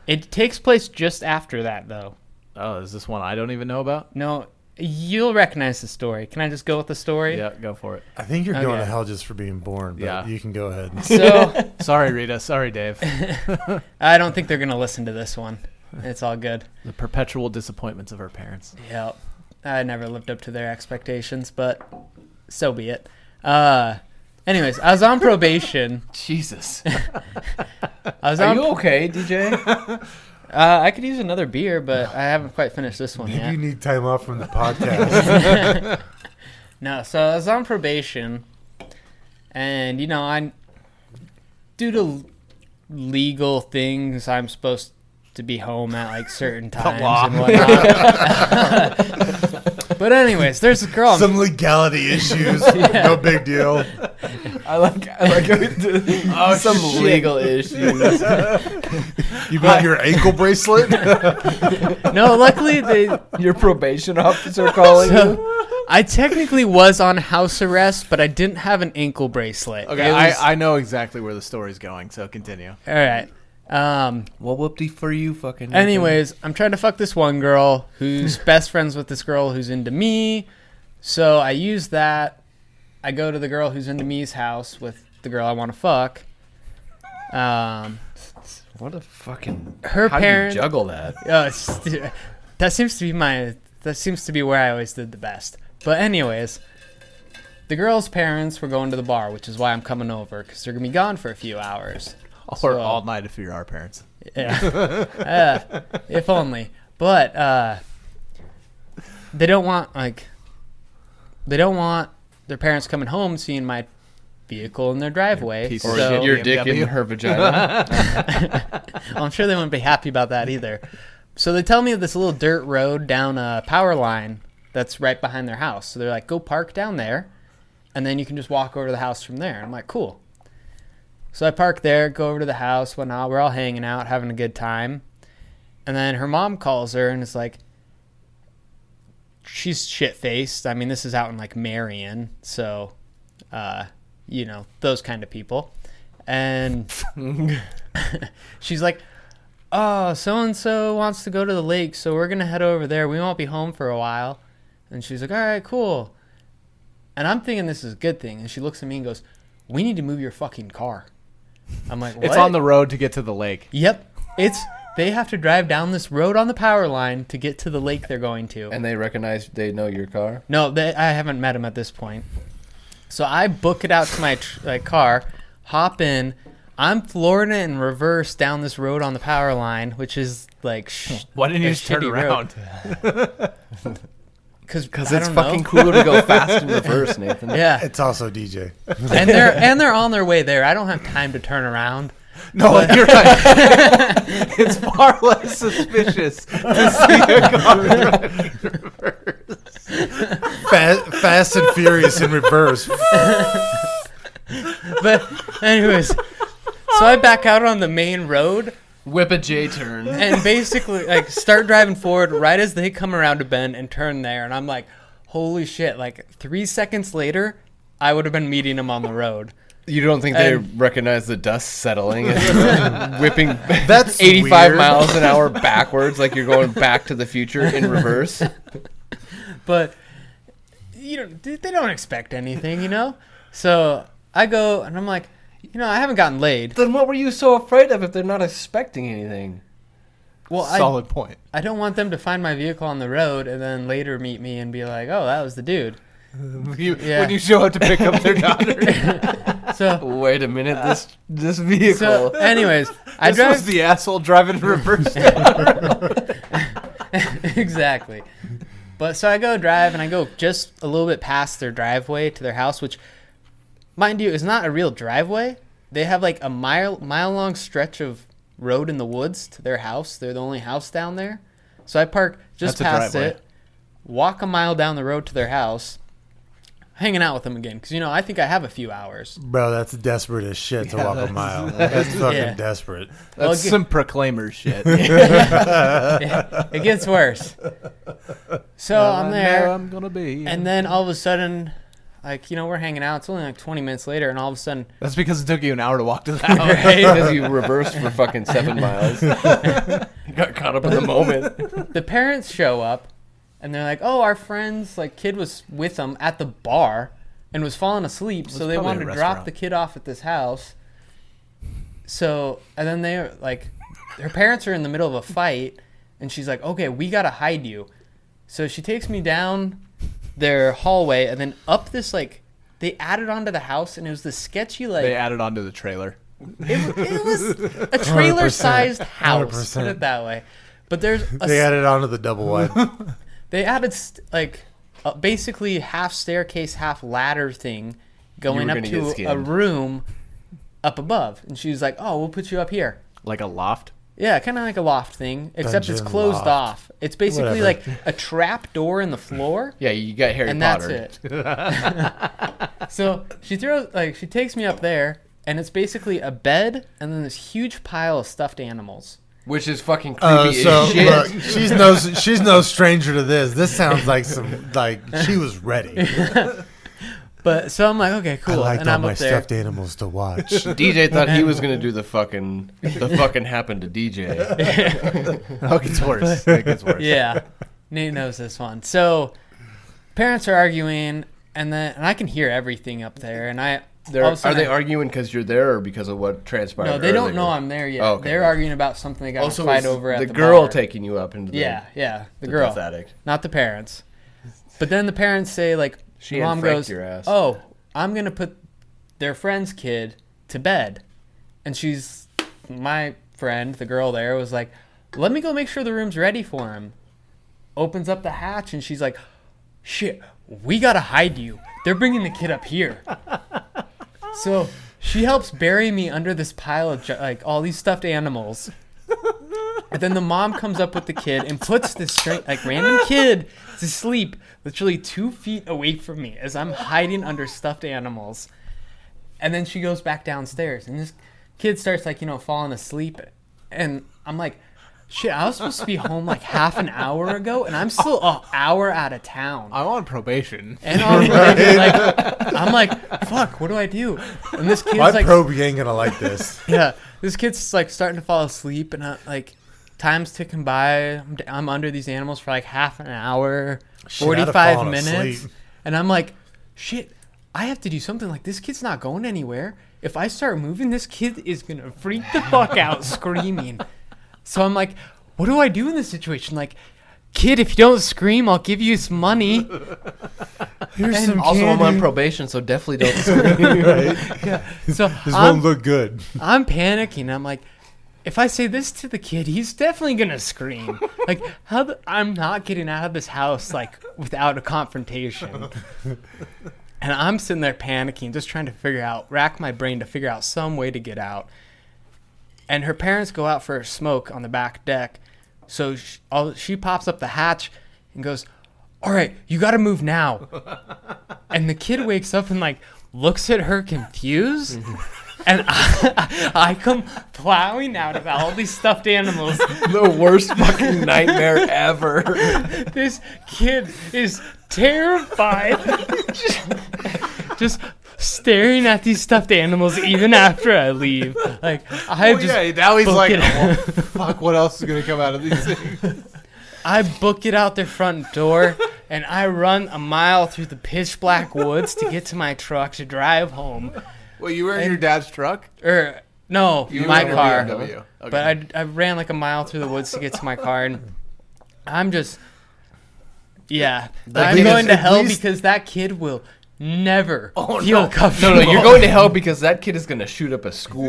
it takes place just after that, though. Oh, is this one I don't even know about? No, you'll recognize the story. Can I just go with the story? Yeah, go for it. I think you're going Okay. to hell just for being born. But Yeah. you can go ahead. <laughs> So Sorry, Rita. Sorry, Dave. I don't think they're gonna listen to this one. It's all good. The perpetual disappointments of her parents. Yep. I never lived up to their expectations, but so be it. Uh, anyways, I was <laughs> on probation. Jesus. <laughs> I was Are on. you okay, DJ? <laughs> uh, I could use another beer, but I haven't quite finished this one Maybe yet. you need time off from the <laughs> podcast. No, so I was on probation, and you know, I due to legal things, I'm supposed to be home at <laughs> like certain times law. and whatnot. <laughs> but anyways, there's a girl. Some legality <laughs> issues. No big deal. <laughs> I like. <laughs> I like. oh, some legal issues. You got your ankle bracelet? <laughs> no, luckily they. Your <laughs> probation officer calling you. So, I technically was on house arrest, but I didn't have an ankle bracelet. Okay, It was- I, I know exactly where the story's going, so continue. all right. Um, What whoopty for you, fucking. Anyways, I'm trying to fuck this one girl <laughs> who's best friends with this girl who's into me. So I use that. I go to the girl who's into me's house with the girl I want to fuck. Um, What a fucking. her How parents. do you juggle that? Oh, it's- that seems to be my. That seems to be where I always did the best. But anyways, the girl's parents were going to the bar, which is why I'm coming over because they're gonna be gone for a few hours. Or So- all night if you're our parents. Yeah. Uh, if only. But uh, they don't want like they don't want their parents coming home seeing my vehicle in their driveway. piece of Or So- get so your dick BMW. in <laughs> her vagina? well, I'm sure they wouldn't be happy about that either. So they tell me of this little dirt road down a power line that's right behind their house. So they're like, "Go park down there." and then you can just walk over to the house from there. I'm like, cool. So I park there, go over to the house, whatnot. We're all hanging out, having a good time, and then her mom calls her and is like, she's shit faced. I mean, this is out in like Marion, so, uh, you know, those kind of people, and <laughs> she's like, oh, so and so wants to go to the lake, so we're gonna head over there. We won't be home for a while. And she's like, all right, cool. And I'm thinking this is a good thing. And she looks at me and goes, we need to move your fucking car. I'm like, It's "What?" on the road to get to the lake. Yep, it's. They have to drive down this road on the power line to get to the lake they're going to. And they recognize they know your car. No, they, I haven't met him at this point. So I book it out to my tr- like car, hop in. I'm flooring it in reverse down this road on the power line, which is like sh- Why didn't you a just turn shitty road. around? Because Because it's fucking cooler to <laughs> go fast in reverse, Nathan. yeah. It's also DJ. <laughs> And they're and they're on their way there. I don't have time to turn around. <laughs> No, you're right. <laughs> it's far less suspicious <laughs> to see a car drive in reverse. Fast, fast and furious in reverse. But anyways, so I back out on the main road Whip a J turn. and basically like start driving forward right as they come around a bend and turn there and i'm like holy shit like three seconds later i would have been meeting them on the road You don't think they And- recognize the dust settling and whipping <laughs> That's 85 weird. miles an hour backwards like you're going back to the future in reverse? but you know they they don't expect anything you know so i go and i'm like you know i haven't gotten laid <laughs> then what were you so afraid of if they're not expecting anything? well I, Solid <laughs> point. I don't want them to find my vehicle on the road and then later meet me and be like oh that was the dude You- Yeah. When you show up to pick up <laughs> their daughter, this <laughs> so <laughs> Wait a minute, this this vehicle. so <laughs> anyways i was drive the asshole driving in <laughs> reverse. exactly. But so I go drive and I go just a little bit past their driveway to their house, which, mind you, is not a real driveway. They have like a mile mile long stretch of road in the woods to their house. They're the only house down there. So I park just That's a past driveway. it, walk a mile down the road to their house, hanging out with them again because you know I think I have a few hours. Bro, that's desperate as shit to Yeah, walk a that's- <laughs> mile. That's fucking Yeah. desperate. Well, That's g- some proclaimer shit. <laughs> it <laughs> gets worse. So I'm there. Oh, I'm gonna be. And then all of a sudden, like, you know, we're hanging out. It's only like 20 minutes later, and all of a sudden, that's because it took you an hour to walk to <laughs> the house. Because you reversed for fucking seven miles. <laughs> you got caught up in the moment. the parents show up and they're like, oh, our friend's like kid was with them at the bar and was falling asleep. so it's they probably a wanted to restaurant. drop the kid off at this house. So, and then they're like, her parents are in the middle of a fight, and she's like, okay, we got to hide you. So she takes me down their hallway and then up this, like, they added onto the house, and it was this sketchy, like, They added onto the trailer. <laughs> It, it was a trailer <laughs> sized house. Put 100%. it that way. But there's a, They s- added onto the double <laughs> wide. they added st- like uh, basically half staircase, half ladder thing going were up gonna get to a scammed. room up above, and she was like, "Oh, we'll put you up here." Like a loft. Yeah, kind of like a loft thing, except it's Dungeon closed loft. off. It's basically Whatever. like a trap door in the floor. Yeah, you got <laughs> Harry and Potter. that's it. <laughs> so she throws like she takes me up there, and it's basically a bed and then this huge pile of stuffed animals. Which is fucking creepy Uh, so as shit. look, she's no she's no stranger to this. This sounds like some like she was ready. But so I'm like, okay, I cool, liked and all I'm my up there. stuffed animals to <laughs> watch. DJ thought he was gonna do the fucking the fucking happened to <laughs> DJ. Oh, it gets worse. It gets <laughs> worse. <laughs> yeah, Nate knows this one. So parents are arguing, and then and I can hear everything up there, and I They're, all of a are sudden they I- arguing because you're there or because of what transpired? No, they don't know earlier? I'm there yet. Oh, okay. They're arguing about something they got in a Also, fight is over at the, the, girl bar. taking you up into the Yeah, yeah, the, the girl. death attic. not the parents. But then the parents say like, She the mom unfranked goes, your ass. "Oh, I'm gonna put their friend's kid to bed," and she's my friend, the girl there, was like, "Let me go make sure the room's ready for him." Opens up the hatch and she's like, "Shit, we gotta hide you. They're bringing the kid up here." so she helps bury me under this pile of ju- like all these stuffed animals. But then the mom comes up with the kid and puts this stra- like random kid to sleep, literally two feet away from me as I'm hiding under stuffed animals. And then she goes back downstairs, and this kid starts like you know falling asleep, and I'm like, shit, I was supposed to be home like half an hour ago, and I'm still an hour out of town. I'm on probation. And I'm like, I'm like, fuck, what do I do? And this kid's My like, probe ain't gonna like <laughs> this. yeah, this kid's like starting to fall asleep, and I, like, time's ticking by. I'm, d- I'm under these animals for like half an hour, I'd have forty-five fallen minutes, asleep. and I'm like, shit, I have to do something. Like this kid's not going anywhere. If I start moving, this kid is gonna freak the <laughs> fuck out, screaming. So I'm like, what do I do in this situation? Like. Kid, if you don't scream, I'll give you some money. Here's some Also, I'm on candy. probation, so definitely <laughs> don't. So This won't I'm- look good. I'm panicking. I'm like, if I say this to the kid, he's definitely gonna scream. like, how? The, I'm not getting out of this house like without a confrontation. and I'm sitting there panicking, just trying to figure out, rack my brain to figure out some way to get out. And her parents go out for a smoke on the back deck, so she, all, she pops up the hatch and goes, "All right, you got to move now." and the kid wakes up and like looks at her confused and I, <laughs> I come plowing out of all these stuffed animals <laughs> the worst fucking nightmare <laughs> ever. this kid is terrified <laughs> just staring at these stuffed animals even after i leave like i Well, just Oh, yeah, now he's book like, it. "Oh, <laughs> fuck, what else is going to come out of these things? I book it out their front door and I run a mile through the pitch black woods to get to my truck to drive home. Well, you were in your dad's truck? Or no, You my were in a car. BMW. Okay. <laughs> But I, I ran like a mile through the woods to get to my car, and I'm just, yeah, I'm least- going to at hell least- because that kid will never feel Oh, No, <laughs> comfortable. no, you're going to hell because that kid is gonna shoot up a school.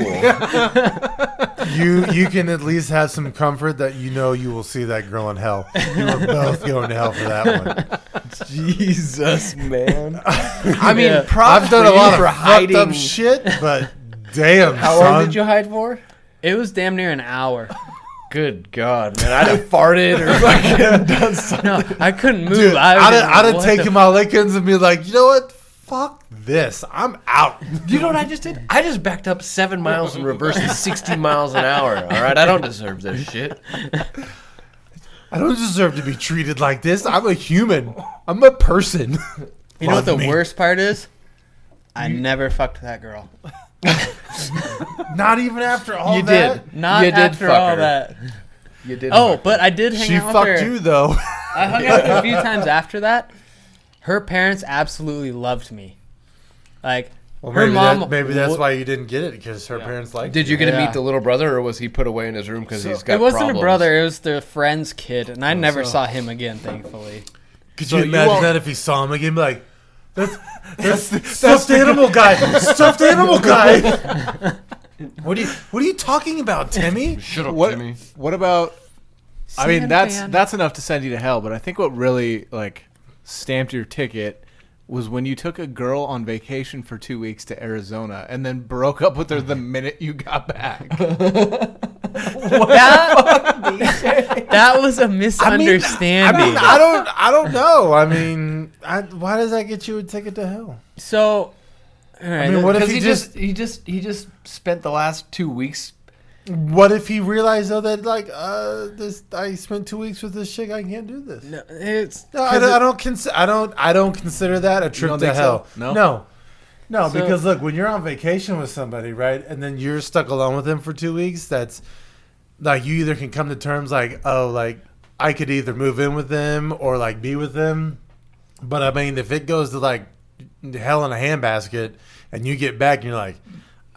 You you can at least have some comfort that you know you will see that girl in hell. You are both going to hell for that one. Jesus, man. I mean, Yeah. props I've done for a you lot for of fucked hiding. up shit, but damn, How son. long did you hide for? It was damn near an <laughs> hour. <laughs> Good God, man! I'd have farted or fucking done something. No, I couldn't move. Dude, I I'd, was- have- I'd have what taken the- my lickings and be like, you know what? Fuck this. I'm out. You know what I just did? I just backed up seven miles in reverse at 60 miles an hour. All right, I don't deserve this shit. I don't deserve to be treated like this. I'm a human. I'm a person. You know what the Love me. worst part is? I never fucked that girl. Not even after all you that. did. Not you did after fuck all her. that. You did. Oh, fuck but I did hang She out with fucked her. you though. I hung out with her a few times after that. Her parents absolutely loved me. Like her maybe mom. that- maybe that's wo- why you didn't get it because her parents her. liked. Did you get to Yeah. meet the little brother, or was he put away in his room because he's got? It wasn't problems? a brother. It was their friend's kid, and I never Oh, so- saw him again. Thankfully, Could So you you imagine all- that if he saw him again? Be like, <laughs> that's that's, stuffed animal guy. <laughs> Stuffed animal guy. <laughs> what are you What are you talking about, Timmy? Shut up, What? Jimmy. What about? I mean, Sandman. that's <laughs> that's enough to send you to hell. But I think what really like stamped your ticket was when you took a girl on vacation for two weeks to Arizona and then broke up with her <laughs> the minute you got back. <laughs> that, <laughs> that was a I mean, misunderstanding. I mean, I don't, I don't know. I mean, I, why does that get you a ticket to hell? so, all right, I mean, what if Because he, he just, just he just he just spent the last two weeks. What if he realized though that like, uh, this I spent two weeks with this chick, I can't do this. no, it's No, I don't. I don't, consi- I don't. I don't consider that a trip don't to think so? hell. No? No. No, So- because look, when you're on vacation with somebody, right, and then you're stuck alone with them for two weeks, that's like you either can come to terms like, oh, like I could either move in with them or like be with them. But I mean, if it goes to like hell in a handbasket, and you get back and you're like,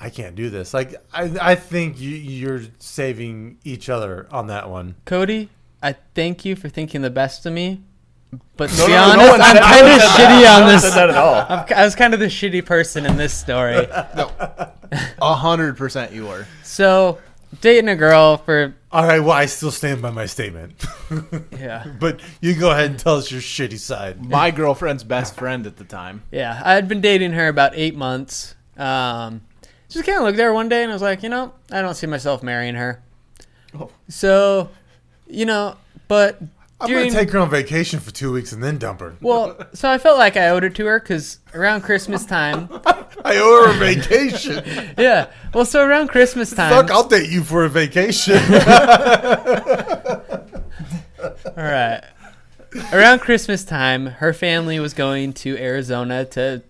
I can't do this. Like I, I think you, you're saving each other on that one. Cody. I thank you for thinking the best of me, but to be no, no honest, one I'm said- kind no <laughs> of shitty on one said that. No one this. said that at all. I'm, I was kind of the shitty person in this story. A hundred percent, you were. So, dating a girl for All right, well, I still stand by my statement. <laughs> yeah. But you go ahead and tell us your shitty side. <laughs> My girlfriend's best friend at the time. Yeah, I had been dating her about eight months. Um, just kind of looked at her one day and I was like, you know, I don't see myself marrying her. So, you know, but Oh. I'm during- gonna take her on vacation for two weeks and then dump her. well, so I felt like I owed it to her because around Christmas time, <laughs> I owe her a vacation. yeah. Well, so around Christmas time, Fuck, I'll date you for a vacation. <laughs> All right. Around Christmas time, her family was going to Arizona to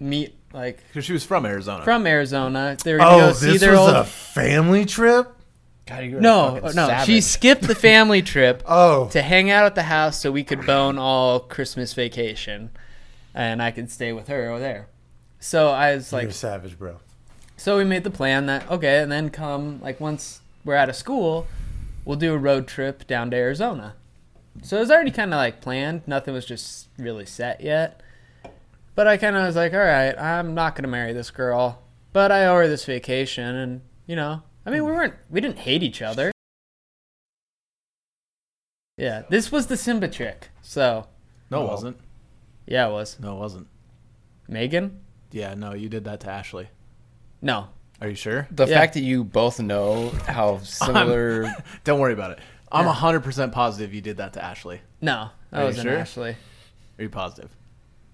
meet, like, Because she was from Arizona. from Arizona. They were going to oh, go see this was their old. a family trip. <laughs> God, you're a no, no. fucking She savage. skipped <laughs> the family trip Oh, to hang out at the house so we could bone all Christmas vacation, and I could stay with her over there. So I was like, you're savage, bro. So we made the plan that okay, and then come like once we're out of school, we'll do a road trip down to Arizona. So it was already kind of like planned. Nothing was just really set yet. But I kind of was like, all right, I'm not gonna marry this girl, but I owe her this vacation, and you know, I mean, we weren't we didn't hate each other. Yeah, this was the Simba trick. So no, it wasn't. yeah, it was No, it wasn't. Megan. Yeah, no, you did that to Ashley. No, Are you <laughs> sure? The Yeah. fact that you both know <laughs> how similar. Don't worry about it. I'm 100% positive you did that to Ashley. no, that Are you wasn't sure? Ashley. Are you positive?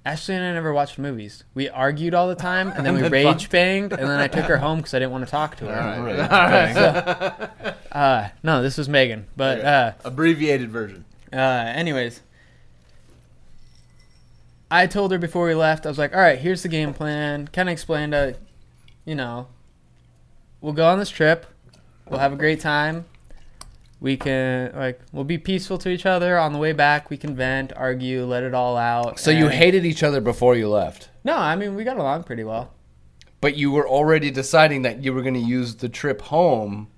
Ashley and I never watched movies. We argued all the time, and then we then rage fucked. banged, and then I took her home because I didn't want to talk to her. Right. <laughs> Uh, no, this was Megan. But uh, <laughs> Abbreviated version. uh, anyways, I told her before we left, I was like, all right, here's the game plan. Kind of explained, uh, you know, we'll go on this trip. We'll have a great time. We can, like, we'll be peaceful to each other. On the way back, we can vent, argue, let it all out. So you and- hated each other before you left, No, I mean, we got along pretty well. but you were already deciding that you were going to use the trip home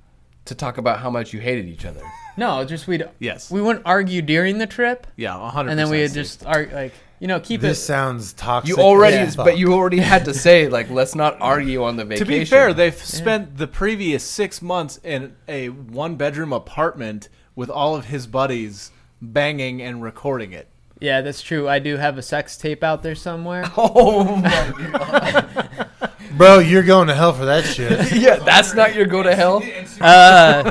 to talk about how much you hated each other. No, just we'd Yes. we wouldn't argue during the trip, Yeah, 100%. and then we would Steve. just argue, like you know keep This it. sounds toxic. You already, as fuck. but you already had to say like, let's not argue on the To vacation. be fair, they've spent the previous six months in a one bedroom apartment with all of his buddies banging and recording it. yeah, that's true. I do have a sex tape out there somewhere. <laughs> Oh my bro, you're going to hell for that shit. yeah, that's not your go to hell. Uh,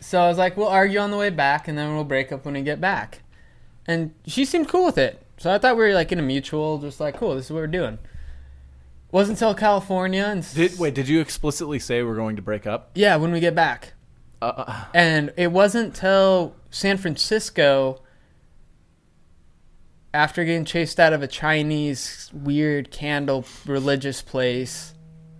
so I was like, we'll argue on the way back, and then we'll break up when we get back. And she seemed cool with it, so I thought we were like in a mutual, just like cool. This is what we're doing. Wasn't until California and s- Did, wait, did you explicitly say we're going to break up? yeah, when we get back. Uh, Uh, And it wasn't till San Francisco, after getting chased out of a Chinese weird candle religious place,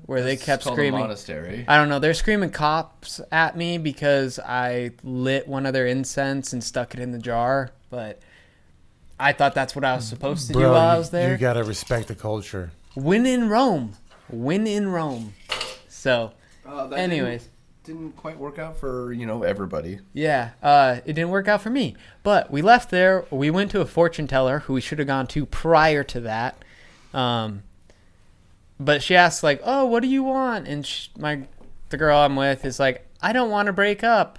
where they kept screaming. monastery. I don't know. They're screaming cops at me because I lit one of their incense and stuck it in the jar. But I thought that's what I was supposed to do Bro, while I you- was there. you gotta respect the culture. Win in Rome. Win in Rome. So, anyways. Uh, didn't, quite work out for you know everybody. Yeah, uh, it didn't work out for me. But we left there. We went to a fortune teller who we should have gone to prior to that. Um, but she asked like, "Oh, what do you want?" And sh my the girl I'm with is like, "I don't want to break up."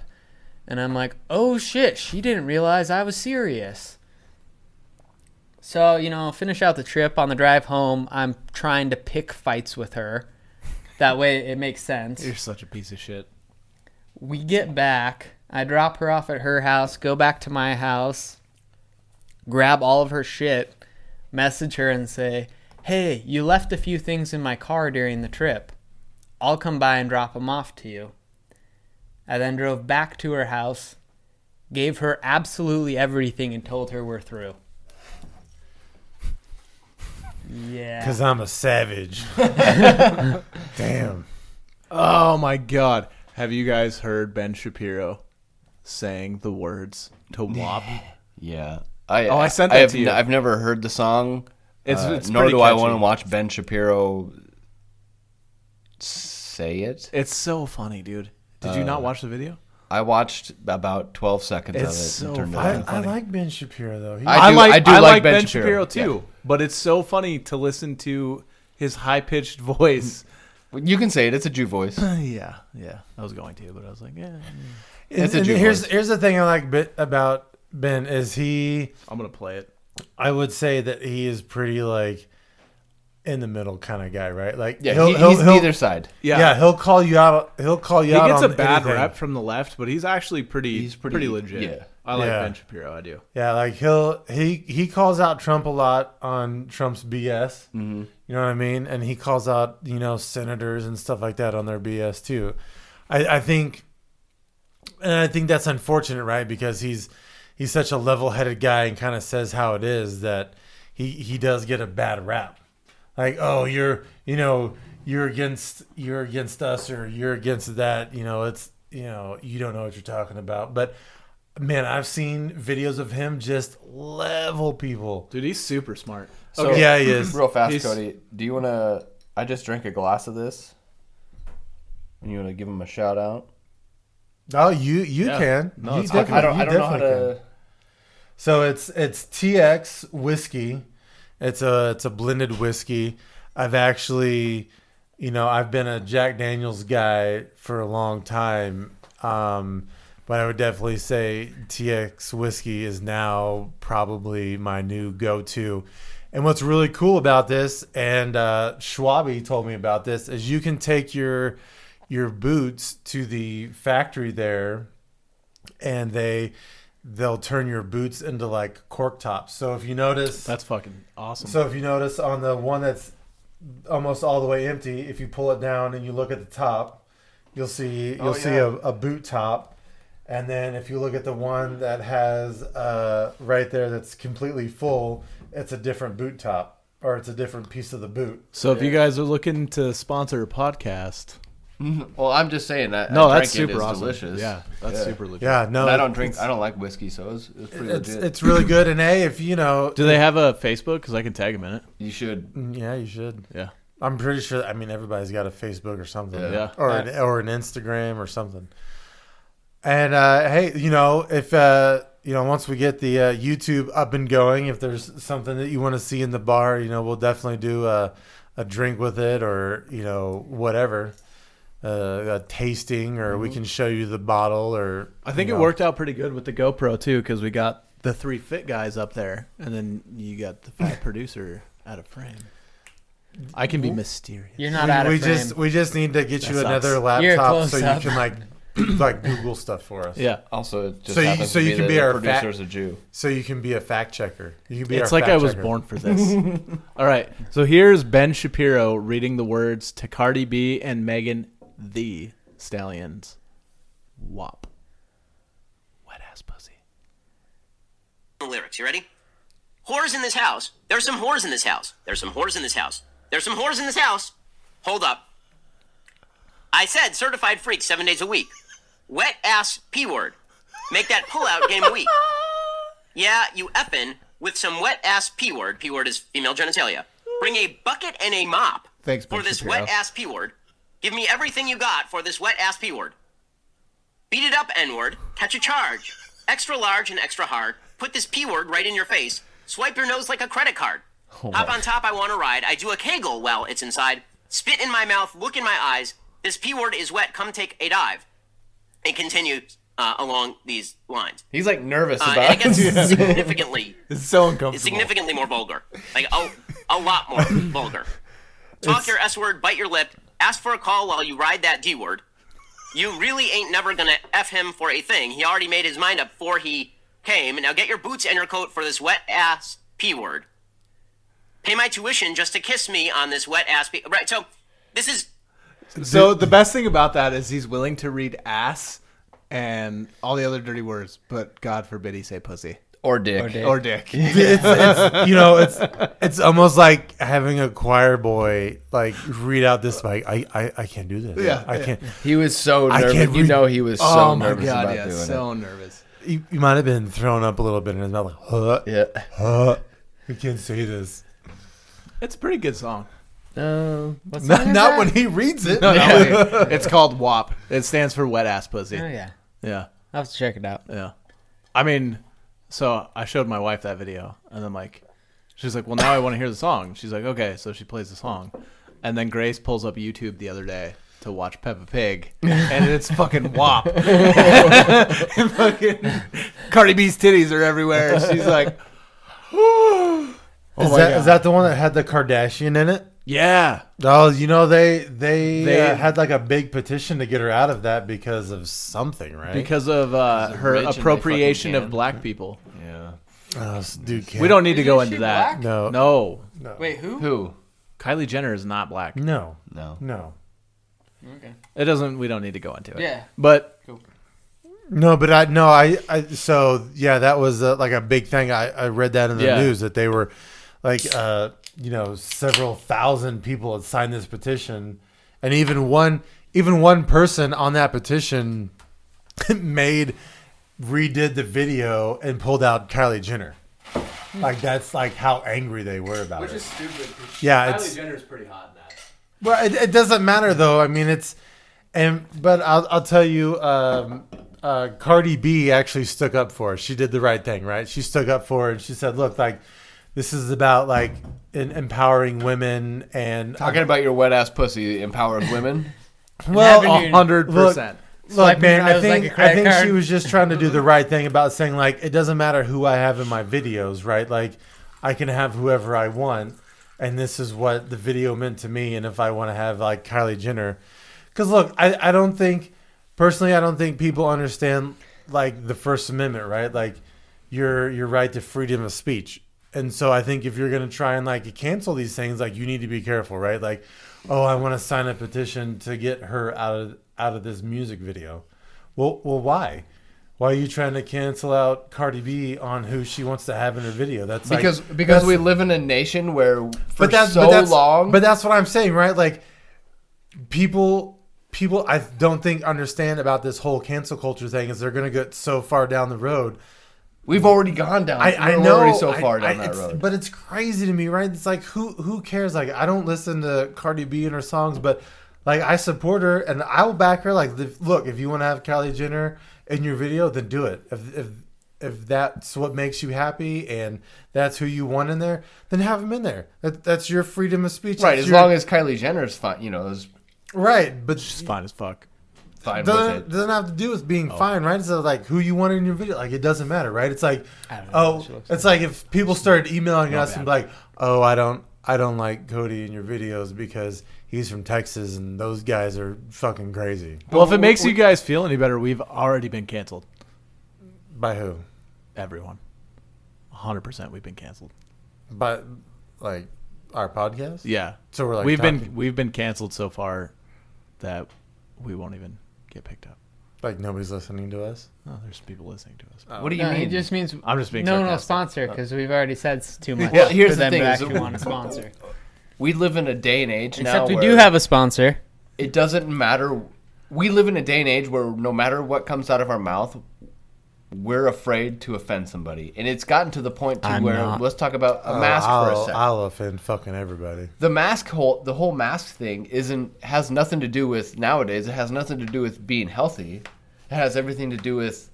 And I'm like, "Oh shit, she didn't realize I was serious." So, you know, finish out the trip on the drive home, I'm trying to pick fights with her. That way it makes sense you're such a piece of shit. we get back. I drop her off at her house, go back to my house, grab all of her shit, message her and say, Hey, you left a few things in my car during the trip. I'll come by and drop them off to you. I then drove back to her house, gave her absolutely everything, and told her we're through. <laughs> Yeah. Cause I'm a savage. Damn. Oh my god. Have you guys heard Ben Shapiro saying the words <laughs> to WAP? Yeah. I, Oh, I sent that have to you. n- I've never heard the song. It's- uh, it's nor do pretty I catchy. want to watch Ben Shapiro say it. it's so funny, dude. Did you not watch the video? I watched about twelve seconds of it. It's so and turned it funny. off. I, I like Ben Shapiro though. He, I do- I do like Ben Shapiro, too, but it's so funny to listen to his high pitched <laughs> voice. You can say it. It's a Jew <laughs> voice. yeah, yeah. I was going to, but I was like, yeah, and, It's a and Jew here's voice. here's the thing I like bit about Ben is he I'm gonna play it. I would say that he is pretty like in the middle kind of guy, right? Like Yeah, he'll, he- he'll, he's he'll- neither side. Yeah. Yeah. he'll call you out. He'll call you He out. gets a on bad anything. rep from the left, but he's actually pretty He's pretty- pretty, legit. yeah. I like Yeah. Ben Shapiro. I do. Yeah, like he'll he he calls out Trump a lot on Trump's BS. Mm-hmm. You know what I mean? And he calls out you know senators and stuff like that on their BS too. I, I think, and I think that's unfortunate, right? Because he's he's such a level-headed guy and kind of says how it is that he he does get a bad rap. Like, oh, you're you know you're against you're against us or you're against that. You know, it's you know you don't know what you're talking about, but. Man, I've seen videos of him just level people. Dude, he's super smart. So, Yeah, he is. Real fast, He's- Cody. Do you want to? I just drank a glass of this. And you want to give him a shout out? Oh, you you Yeah. can. No, you it's definitely, I don't. you I don't know how definitely to. can. So it's it's TX whiskey. It's a it's a blended whiskey. I've actually, you know, I've been a Jack Daniels guy for a long time. Um, but I would definitely say TX whiskey is now probably my new go-to. And what's really cool about this, and uh, Schwabi told me about this, is you can take your your boots to the factory there and they they'll turn your boots into like cork tops. So if you notice, That's fucking awesome. so if you notice on the one that's almost all the way empty, if you pull it down and you look at the top, you'll see you'll Oh, see yeah. a, a boot top. And then if you look at the one that has uh, right there that's completely full, it's a different boot top or it's a different piece of the boot. So if you guys are looking to sponsor a podcast, Well, I'm just saying that. no, I that's drank it. super It's awesome. Delicious. Yeah, that's Yeah. super legit. Yeah, no, And I don't drink. I don't like whiskey, so it's it's pretty It's legit. it's really <clears throat> good. And a if you know, Mm, Do they have a Facebook? Because I can tag him in it. you should. yeah, you should. Yeah. I'm pretty sure. I mean, everybody's got a Facebook or something, Yeah. Yeah. or an, or an Instagram or something. And uh, hey, you know, if uh, you know, once we get the uh, YouTube up and going, if there's something that you want to see in the bar, you know, we'll definitely do a, a drink with it, or you know, whatever, uh, a tasting, or we can show you the bottle, or Mm-hmm. I think you it know. worked out pretty good with the GoPro too, because we got the three fit guys up there, and then you got the <laughs> fat producer out of frame. I can be mysterious. You're not we, out of we frame. just we just need to get you That sucks. another You're laptop close so up. you can <clears throat> like like Google stuff for us. yeah, Also, it just So you- happens so to you be can that be the our fat- producer's a Jew. So you can be a fact checker. You can be it's our like I fact was checker. <laughs> born for this. All right, so here's Ben Shapiro reading the words to Cardi B and Megan the Stallions. Wop. Wet ass pussy. the lyrics. You ready? Whores in this house. There's some whores in this house. There's some whores in this house. There's some whores in this house. Hold up. I said certified freak seven days a week. Wet ass P word. Make that pullout game weak. Yeah, you effin' with some wet ass P word. P word is female genitalia. Bring a bucket and a mop Thanks, for Ben this Shapiro. wet ass P word. Give me everything you got for this wet ass P word. Beat it up, N word. Catch a charge. Extra large and extra hard. Put this P word right in your face. Swipe your nose like a credit card. Hop on top, I want to ride. I do a kegel while it's inside. Spit in my mouth, look in my eyes. This P word is wet, come take a dive. And continue uh, along these lines. He's like nervous Uh, about. and it <laughs> gets significantly, It's so uncomfortable. significantly more vulgar. Like, a, a lot more vulgar. Talk your S word, bite your lip, ask for a call while you ride that D word. You really ain't never gonna F him for a thing. He already made his mind up before he came. Now get your boots and your coat for this wet ass P word. Pay my tuition just to kiss me on this wet ass P. Right, so this is. So the best thing about that is he's willing to read ass and all the other dirty words, but God forbid he say pussy or dick. Or or dick. it's, it's you <laughs> know it's it's almost like having a choir boy like read out this like I I, I can't do this Yeah, I yeah. can't He was so I nervous. can't you read- know, he was so Oh my nervous God, about yeah, doing so nervous. you, you might have been thrown up a little bit in his mouth like huh, it. Yeah. huh, I can't say <laughs> this It's a pretty good song. Um, what's <laughs> not, the not name when of he reads it <laughs> No, no, wait. it's called WAP. It stands for wet ass pussy. that? Oh yeah, Yeah, I'll have to check it out. yeah. I mean, so I showed my wife that video, and I'm like, she's like, "Well, now I want to hear the song." She's like, "Okay," so she plays the song, and then Grace pulls up YouTube the other day to watch Peppa <laughs> Pig, and it's fucking WAP. <laughs> fucking Cardi B's titties are everywhere. She's like, Oh is that is that the one that had the Kardashian in it Yeah. Oh, you know they they, They- uh, had like a big petition to get her out of that because of something, right? because of uh, She's her rich and they fucking appropriation can. of black people. Yeah. Oh, this dude can't. We don't need to go Isn't into she that. black? No. no. Wait, who? Who? Kylie Jenner is not black. No. No. No. Okay. It doesn't. We don't need to go into it. Yeah. But No, but I no, I, I so yeah, that was uh, like a big thing. I, I read that in the Yeah. news that they were like uh, you know several thousand people had signed this petition, and even one even one person on that petition <laughs> made redid the video and pulled out Kylie Jenner. Like that's like how angry they were about it. stupid. Yeah, Kylie it's- Jenner's pretty hot in that. Well, it, it doesn't matter though. I mean, it's and but I'll I'll tell you, um, uh, Cardi B actually stuck up for her. She did the right thing, right? She stuck up for her and she said, "Look, like this is about like in, empowering women and Talking about your wet ass pussy empowered women. well, having your- Hundred percent. Look, Swiping man, your I nose like think a credit I think card. she was just trying to do the right thing about saying like it doesn't matter who I have in my videos, right? Like I can have whoever I want, and this is what the video meant to me. And if I want to have like Kylie Jenner, because look, I I don't think personally I don't think people understand like the First Amendment, right? Like your your right to freedom of speech. And so I think if you're gonna try and like cancel these things, like you need to be careful, right? Like, oh, I want to sign a petition to get her out of out of this music video. Well, well, why? Why are you trying to cancel out Cardi B on who she wants to have in her video? That's like- Because because that's- we live in a nation where for that's- so that's, long. But that's what I'm saying, right? Like people people I don't think understand about this whole cancel culture thing is they're gonna get so far down the road. we've already gone down. I, I we're know already so I- far I- down that it's- road. But it's crazy to me, right? It's like who who cares? Like I don't listen to Cardi B and her songs, but like I support her and I will back her. Like the, look, if you want to have Kylie Jenner in your video, then do it. If if if that's what makes you happy and that's who you want in there, then have them in there. That, that's your freedom of speech. right, That's as your- long as Kylie Jenner's fine, you know, is right, but She's fine as fuck. fine with doesn't it. Oh. doesn't have to do with being fine, right? It's like who you want in your video. Like it doesn't matter, right? It's like oh, it's like if people started emailing us and be like, oh, I don't, I don't like Cody in your videos because he's from Texas and those guys are fucking crazy. Well, if it makes you guys feel any better, we've already been canceled. By who? Everyone. 100% we've been canceled. By like our podcast? Yeah. So we're like we've been talking- we've been canceled so far that we won't even get picked up. Like nobody's listening to us. Oh, there's people listening to us. What do you No, mean? it just means I'm just being no one will sarcastic. sponsor because we've already said it's <laughs> too much Well, Uh, here's for the them thing to is- <laughs> actually want to sponsor. we live in a day and age now. Except we where do have a sponsor. It doesn't matter. We live in a day and age where no matter what comes out of our mouth, we're afraid to offend somebody, and it's gotten to the point to I'm where not. let's talk about a Oh, mask I'll, for a 2nd I'll offend fucking everybody. the mask whole the whole mask thing isn't has nothing to do with nowadays it has nothing to do with being healthy it has everything to do with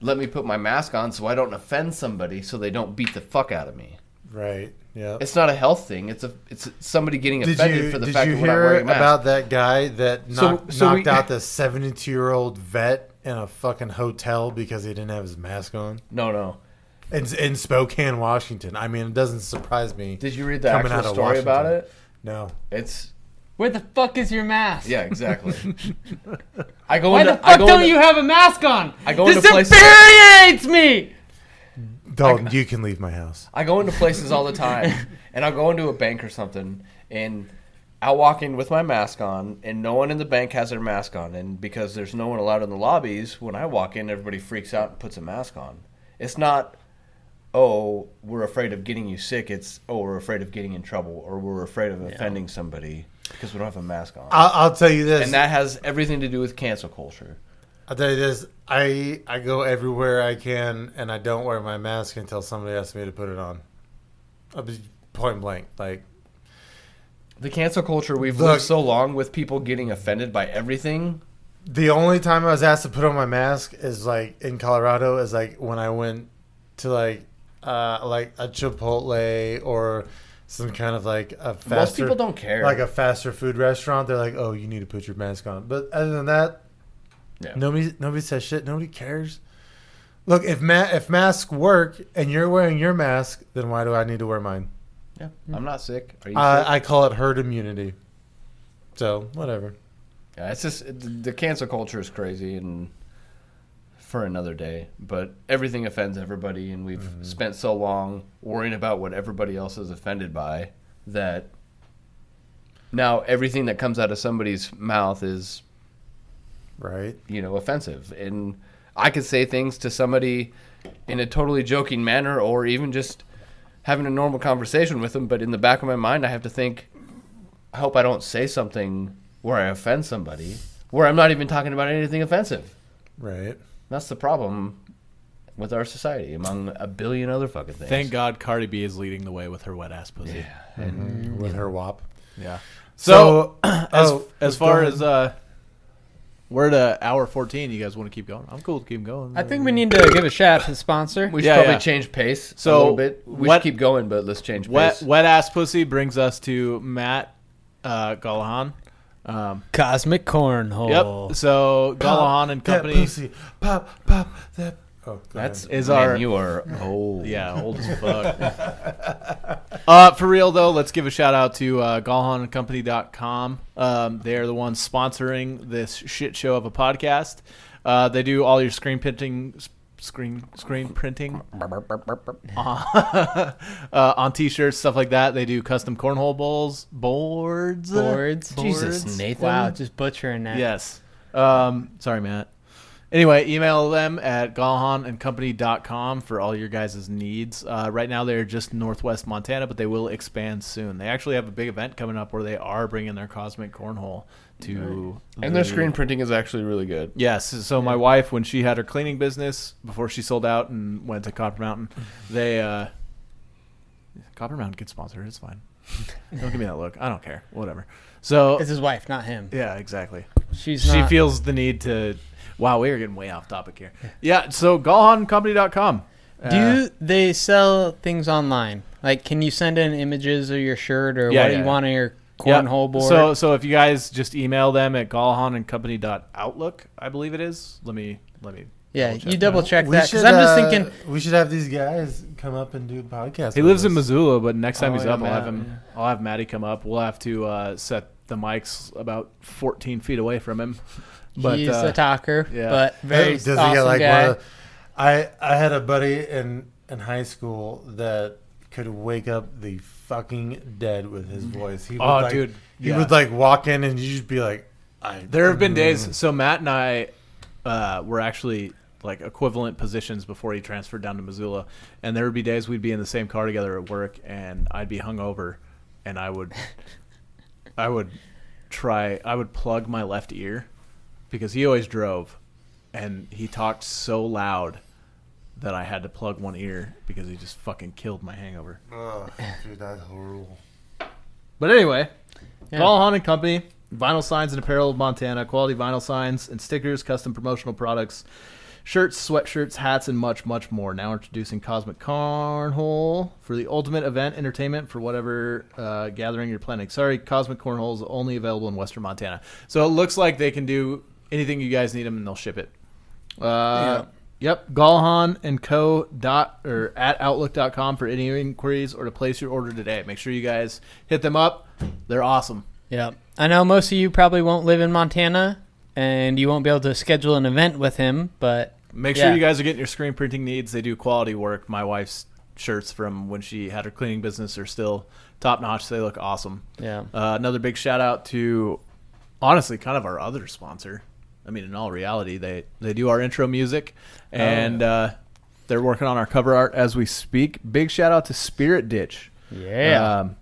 let me put my mask on so i don't offend somebody so they don't beat the fuck out of me Right? Yeah. it's not a health thing it's a it's somebody getting Did offended you for the did fact you that we're not hear wearing masks about that guy that So- knocked, so we- knocked out the seventy two year old vet in a fucking hotel because he didn't have his mask on no no in, in Spokane, Washington? I mean, it doesn't surprise me. did you read the Coming out actual of story about Washington. it no, it's Where the fuck is your mask? yeah <laughs> exactly i go Why into the I fuck go don't into- you have a mask on? I go this into places- infuriates me. Dalton, you can leave my house. I go into places all the time, and I'll go into a bank or something, and I'll walk in with my mask on, and no one in the bank has their mask on, and because there's no one allowed in the lobbies, when I walk in, everybody freaks out and puts a mask on. It's not, oh, we're afraid of getting you sick. It's oh, we're afraid of getting in trouble, or we're afraid of offending somebody because we don't have a mask on. I'll, I'll tell you this. and that has everything to do with cancel culture. I'll tell you this. I I go everywhere I can, and I don't wear my mask until somebody asks me to put it on. I'll be point blank. Like The cancel culture we've Look- lived so long with people getting offended by everything. The only time I was asked to put on my mask is like in Colorado is like when I went to like uh like a Chipotle or some kind of like a faster Most people don't care. like a faster food restaurant. They're like, oh, you need to put your mask on. But other than that, Yeah. nobody nobody says shit. Nobody cares. Look, if ma- if masks work and you're wearing your mask, then why do I need to wear mine? Yeah. I'm not sick. Are you I, sick? I call it herd immunity. So whatever. Yeah, it's just it- the the cancel culture is crazy, and for another day. But everything offends everybody, and we've spent so long worrying about what everybody else is offended by that now everything that comes out of somebody's mouth is Right. you know offensive. And I could say things to somebody in a totally joking manner, or even just having a normal conversation with them. But in the back of my mind, I have to think, I hope I don't say something where I offend somebody, where I'm not even talking about anything offensive. Right. That's the problem with our society, among a billion other fucking things. Thank God Cardi B is leading the way with her wet ass pussy. Mm-hmm. With her wop. Yeah. So, <clears throat> As, oh, as far as uh, we're at uh, hour fourteen. You guys want to keep going? I'm cool to keep going. I think we need to give a shout out to the sponsor. We should Yeah, probably yeah. change pace a So, little bit. We what- should keep going, but let's change wet pace. wet ass pussy brings us to Matt uh, Gallahan. Um, Cosmic yep. Cornhole. So Gallahan Oh. Pop and that company. pussy. Pop, pop that. Oh, go That's ahead. Is man, our- you are old. Yeah, old as fuck. <laughs> uh, for real though, let's give a shout out to uh, GallhanandCompany.com. Um, they are the ones sponsoring this shit show of a podcast. Uh, they do all your screen printing, s- screen screen printing uh, uh, on t-shirts, stuff like that. They do custom cornhole bowls, boards, Boards. Jesus, Boards. Nathan. Wow, just butchering that. Yes. Um, sorry, Matt. Anyway, email them at gallahanandcompany.com for all your guys' needs. Uh, right now, they're just Northwest Montana, but they will expand soon. They actually have a big event coming up where they are bringing their Cosmic Cornhole to. And the- their screen printing is actually really good. Yes. So my wife, when she had her cleaning business before she sold out and went to Copper <laughs> Mountain, they uh, Copper Mountain could sponsor. It's fine. don't give me that look. I don't care. Whatever. So It's his wife, not him. yeah, exactly She's she not- feels the need to. Wow, we are getting way off topic here. Yeah, so gallhancompany.com. Uh, Do they sell things online? Like, can you send in images of your shirt or Yeah, what yeah, you yeah. want on your yeah. cornhole board? So, so if you guys just email them at gallhanandcompany.outlook, I believe it is. Let me let me. yeah, double check you double check We that because should, I'm just uh, thinking we should have these guys come up and do a podcast. He with lives in us. Missoula, but next time Oh, he's yeah, up, I'll have Matt, him. I'll have Maddie come up. We'll have to uh, set the mics about 14 feet away from him. <laughs> But he's uh, a talker, yeah. but Oh, very Does he get, awesome like, guy. one of the- I I had a buddy in in high school that could wake up the fucking dead with his voice. He would Oh, like, dude, He yeah. would like walk in and you just be like, I There have been days. So Matt and I uh, were actually like equivalent positions before he transferred down to Missoula, and there would be days we'd be in the same car together at work, and I'd be hungover, and I would, I would try. I would plug my left ear because he always drove, and he talked so loud that I had to plug one ear because he just fucking killed my hangover. Ugh, oh, dude, that's horrible. But anyway, Yeah. Paul Hahn and Company, Vinyl Signs and Apparel of Montana, quality vinyl signs and stickers, custom promotional products, shirts, sweatshirts, hats, and much, much more. Now introducing Cosmic Cornhole for the ultimate event entertainment for whatever uh, gathering you're planning. Sorry, Cosmic Cornhole is only available in Western Montana. So it looks like they can do anything you guys need them and they'll ship it. Uh, Yep, Galhan and Co. dot or at outlook.com for any inquiries or to place your order today. Make sure you guys hit them up. They're awesome. Yeah. I know most of you probably won't live in Montana and you won't be able to schedule an event with him, but Make Yeah. sure you guys are getting your screen printing needs. They do quality work. My wife's shirts from when she had her cleaning business are still top notch. They look awesome. yeah. Uh, another big shout out to honestly kind of our other sponsor. I mean, in all reality, they they do our intro music, Oh, and uh, they're working on our cover art as we speak. Big shout out to Spirit Ditch. Uh, Yeah. Um,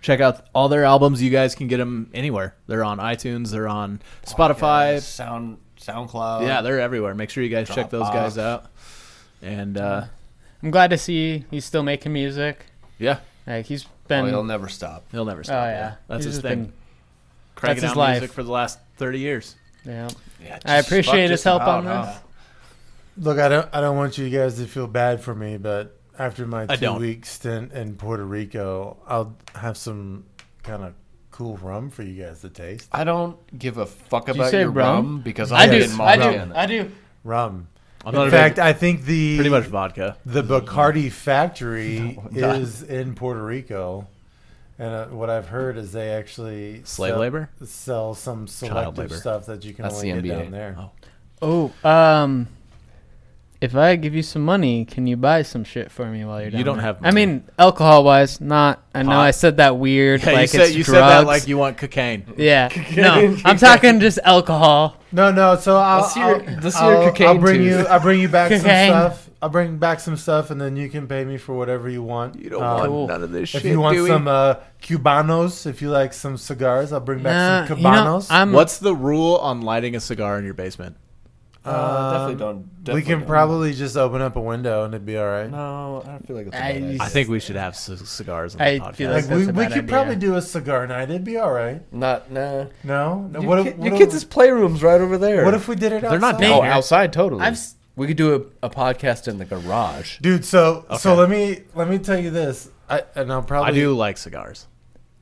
check out all their albums. You guys can get them anywhere. They're on iTunes. They're on Spotify. Sound SoundCloud. Yeah, they're everywhere. Make sure you guys check those guys out. And uh, I'm glad to see he's still making music. yeah, Like he's Oh, been he'll never stop. he'll never Oh stop. yeah. that's his He's just thing. been- Cranking that's his out life. music for the last thirty years. yeah. Yeah, I just appreciate fuck his just help on about, this. huh? Look, I don't I don't want you guys to feel bad for me, but after my I two don't. week stint in Puerto Rico, I'll have some kind of cool rum for you guys to taste. I don't give a fuck you about say your rum? rum because I I'm do. in I Montana. do. I do. Rum. I'm in fact, I think the pretty much vodka. <laughs> the Bacardi factory is in Puerto Rico. And uh, what I've heard is they actually Slave sell, labor? sell some Child selective labor. stuff that you can That's only the get NBA. down there. Oh. Oh, um, if I give you some money, can you buy some shit for me while you're down You don't there? have I money. mean, alcohol-wise, not. I know Pot? I said that weird. Yeah, like you said it's you drugs. said that like you want cocaine. <laughs> Yeah. <laughs> No, I'm talking just alcohol. No, no. So I'll Let's hear- I'll, let's hear I'll, cocaine I'll bring you. too. I'll bring you <laughs> back some Cocaine. stuff. I'll bring back some stuff, and then you can pay me for whatever you want. You don't Um, want Oh, Cool. none of this If shit. you want do we? some uh, cubanos, if you like some cigars, I'll bring Nah, back you some know, cubanos. I'm What's the rule on lighting a cigar in your basement? Uh, definitely Um, don't. we definitely can don't. probably just open up a window and it'd be all right. No, I don't feel like it's. a I- bad idea. I think we should have c- cigars on the I podcast. feel Like That's we, a we bad could idea. probably do a cigar night. It'd be all right. Not nah. No, no Your, what, kid- if, what, your if- kids' playrooms right over there. what if we did it? They're not outside? down Oh, Here. outside totally. I've s- we could do a, a podcast in the garage. dude. So so Okay. let me let me tell you this. I and I'll probably I do like cigars.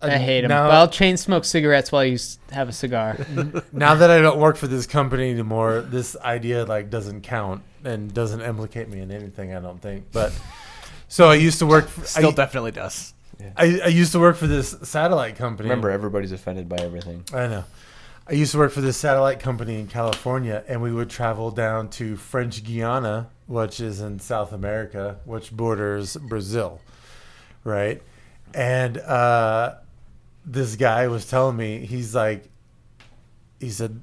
Uh, I hate him. Now, Well, I'll chain smoke cigarettes while you s- have <laughs> a cigar. now that I don't work for this company anymore, this idea like doesn't count and doesn't implicate me in anything. I don't think. But so I used to work. For, Still I, definitely does. I, I used to work for this satellite company. Remember, everybody's offended by everything. I know. I used to work for this satellite company in California, and we would travel down to French Guiana, which is in South America, which borders Brazil, right? And uh, this guy was telling me, he's like, he said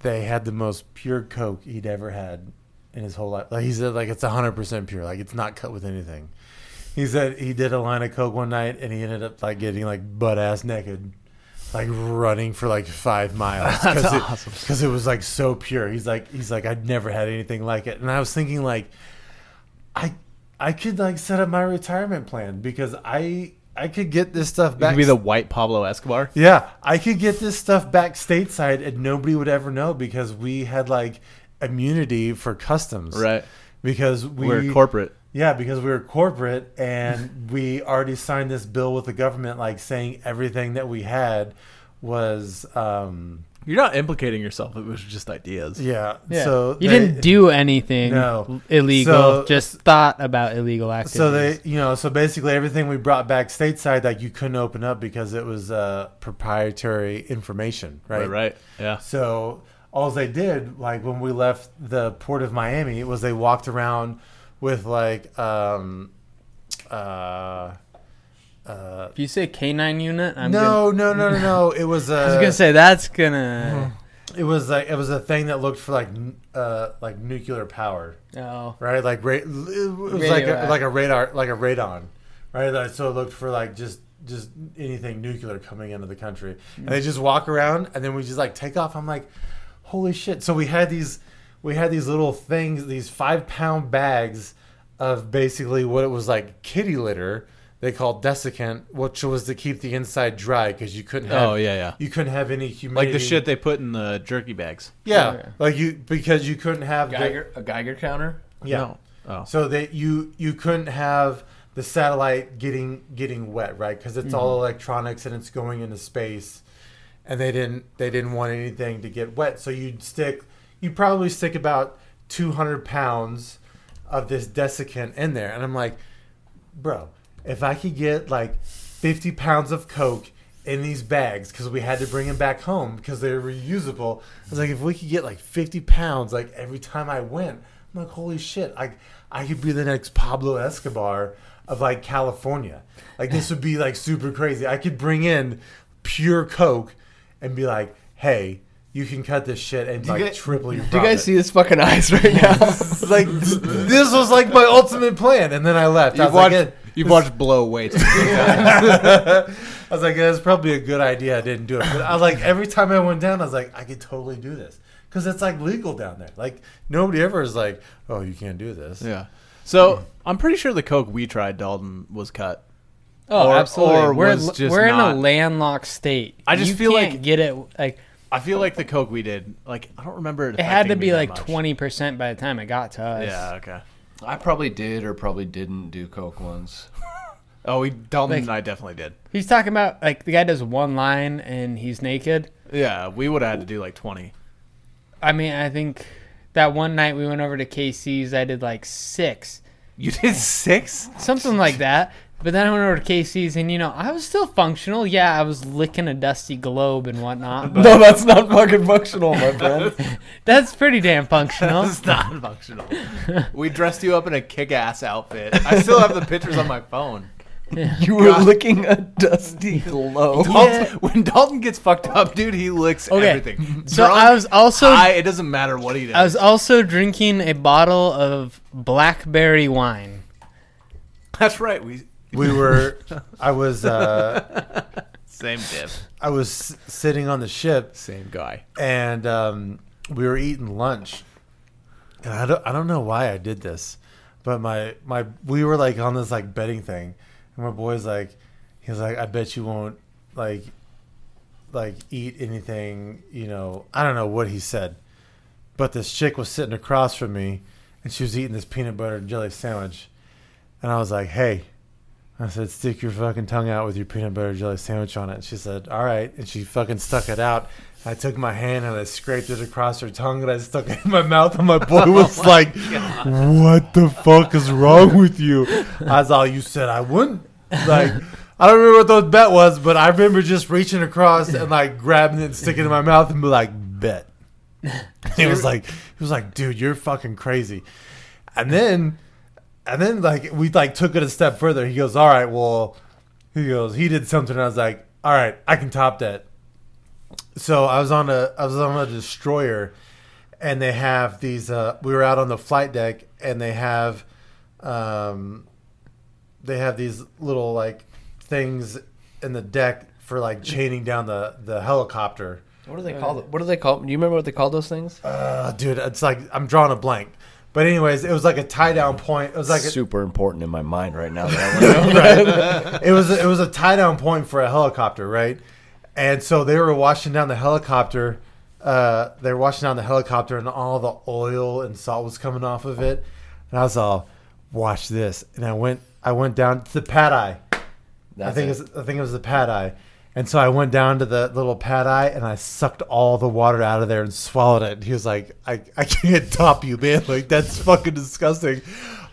they had the most pure Coke he'd ever had in his whole life. Like he said, like it's hundred percent pure, like it's not cut with anything. He said he did a line of Coke one night, and he ended up like getting like butt ass naked like running for like five <laughs> miles because it, 'cause it was like so pure. He's like he's like I'd never had anything like it, and I was thinking like I I could like set up my retirement plan because I I could get this stuff You back. could be the white Pablo Escobar. yeah, I could get this stuff back stateside and nobody would ever know because we had like immunity for customs, Right. Because we We're corporate. yeah, because we were corporate and <laughs> we already signed this bill with the government, like saying everything that we had was, um, You're not implicating yourself. It was just ideas. yeah. Yeah. So you they- didn't do anything No. illegal. So- just thought about illegal activities. So they, you know, so basically everything we brought back stateside, like you couldn't open up because it was uh, proprietary information, Right. Right. Yeah. So all they did, like when we left the port of Miami, was they walked around with like, um, uh, uh, If you say canine unit, I'm Gonna, no, no, no, no, no. <laughs> It was. Uh, I was gonna say that's gonna. it was like it was a thing that looked for like n- uh like nuclear power Oh, right like ra- it was like a, Radioact- like a radar like a radon right like, so it looked for like just just anything nuclear coming into the country and they just walk around and then we just like take off i'm like holy shit so we had these we had these little things these five pound bags of basically what it was like kitty litter they called desiccant which was to keep the inside dry because you couldn't have Oh yeah. Yeah. you couldn't have any humidity Like the shit they put in the jerky bags. yeah, Okay. like you because you couldn't have the- Geiger, a Geiger counter. yeah. No. Oh. So that you you couldn't have the satellite getting getting wet, right? Because it's all electronics and it's going into space, and they didn't they didn't want anything to get wet. So you'd stick you probably stick about two hundred pounds of this desiccant in there, and I'm like, bro, if I could get like fifty pounds of coke. In these bags, because we had to bring them back home because they're reusable. I was like, if we could get like fifty pounds, like every time I went, I'm like, holy shit! Like, I could be the next Pablo Escobar of like California. Like, this would be like super crazy. I could bring in pure coke and be like, hey, you can cut this shit and like guys- triple your. Do you guys profit. see his fucking eyes <laughs> right now? Like, <laughs> th- this was like my ultimate plan, and then I left. I You've was like, watched, eh, you've watched Blow way too much. I was like, that's probably a good idea. I didn't do it. But I was like, every time I went down, I was like, I could totally do this because it's like legal down there. Like nobody ever is like, oh, you can't do this. <laughs> Yeah. So I'm pretty sure the Coke we tried, Dalton, was cut. oh, Or- absolutely. or we're was just we're not- in a landlocked state. I just You feel can't like- get it like I feel like the Coke we did, like I don't remember. it had to affecting me be that like much. twenty percent by the time it got to us. Yeah. Okay. I probably did or probably didn't do coke once. Oh, we Dalton Like- and I definitely did. He's talking about like the guy does one line and he's naked. Yeah, Uh, we would have had to do like 20. I mean, I think that one night we went over to KC's, I did like six, You did six? <laughs> something like that. But then I went over to KC's, and you know, I was still functional. Yeah, I was licking a dusty globe <laughs> and whatnot. But <laughs> No, that's not fucking functional, my <laughs> friend. that's pretty damn <laughs> functional. It's not <laughs> functional. we dressed you up in a kick-ass outfit. I still have the pictures on my <laughs> phone. You were licking <laughs> a dusty glow. Dalton, when Dalton gets fucked up, dude, he licks Okay. everything. So I was also high, it doesn't matter what he does. I was also drinking a bottle of blackberry wine. <laughs> That's right. We We <laughs> were. I was. Uh, same dip, I was s- sitting on the ship, same guy. and um, we were eating lunch. And I don't, I don't know why I did this, but my my we were like on this like betting thing, and my boy's like, he's like, I bet you won't like like eat anything, you know. I don't know what he said, but this chick was sitting across from me, and she was eating this peanut butter and jelly sandwich, and I was like, hey. I said, stick your fucking tongue out with your peanut butter jelly sandwich on it. And she said, all right. And she fucking stuck it out. I took my hand and I scraped it across her tongue and I stuck it in my mouth. And my boy was like, what the fuck is wrong with you? I was all, you said I wouldn't. Like, I don't remember what those bet was, but I remember just reaching across and like grabbing it and sticking it in my mouth and be like, bet. He was like, he was like, dude, you're fucking crazy. And then, and then like we like took it a step further. He goes, all right, well, he goes, he did something. I was like, all right, I can top that. So I was on a, I was on a destroyer, and they have these. Uh, we were out on the flight deck, and they have, um, they have these little like things in the deck for like chaining down the the helicopter. What do they call? What do they call? Do you remember what they called those things? Uh, dude, it's like I'm drawing a blank. But anyways, it was like a tie down point. It was like a, Super important in my mind right now. <laughs> That I it was it was a tie down point for a helicopter, right? And so they were washing down the helicopter. Uh, they were washing down the helicopter, and all the oil and salt was coming off of it. And I was all, "Watch this!" And I went, I went down to the pad eye. I think it. was, I think it was the pad eye. And so I went down to the little pad eye and I sucked all the water out of there and swallowed it. And he was like, I, I can't <laughs> top you, man. Like, that's fucking disgusting.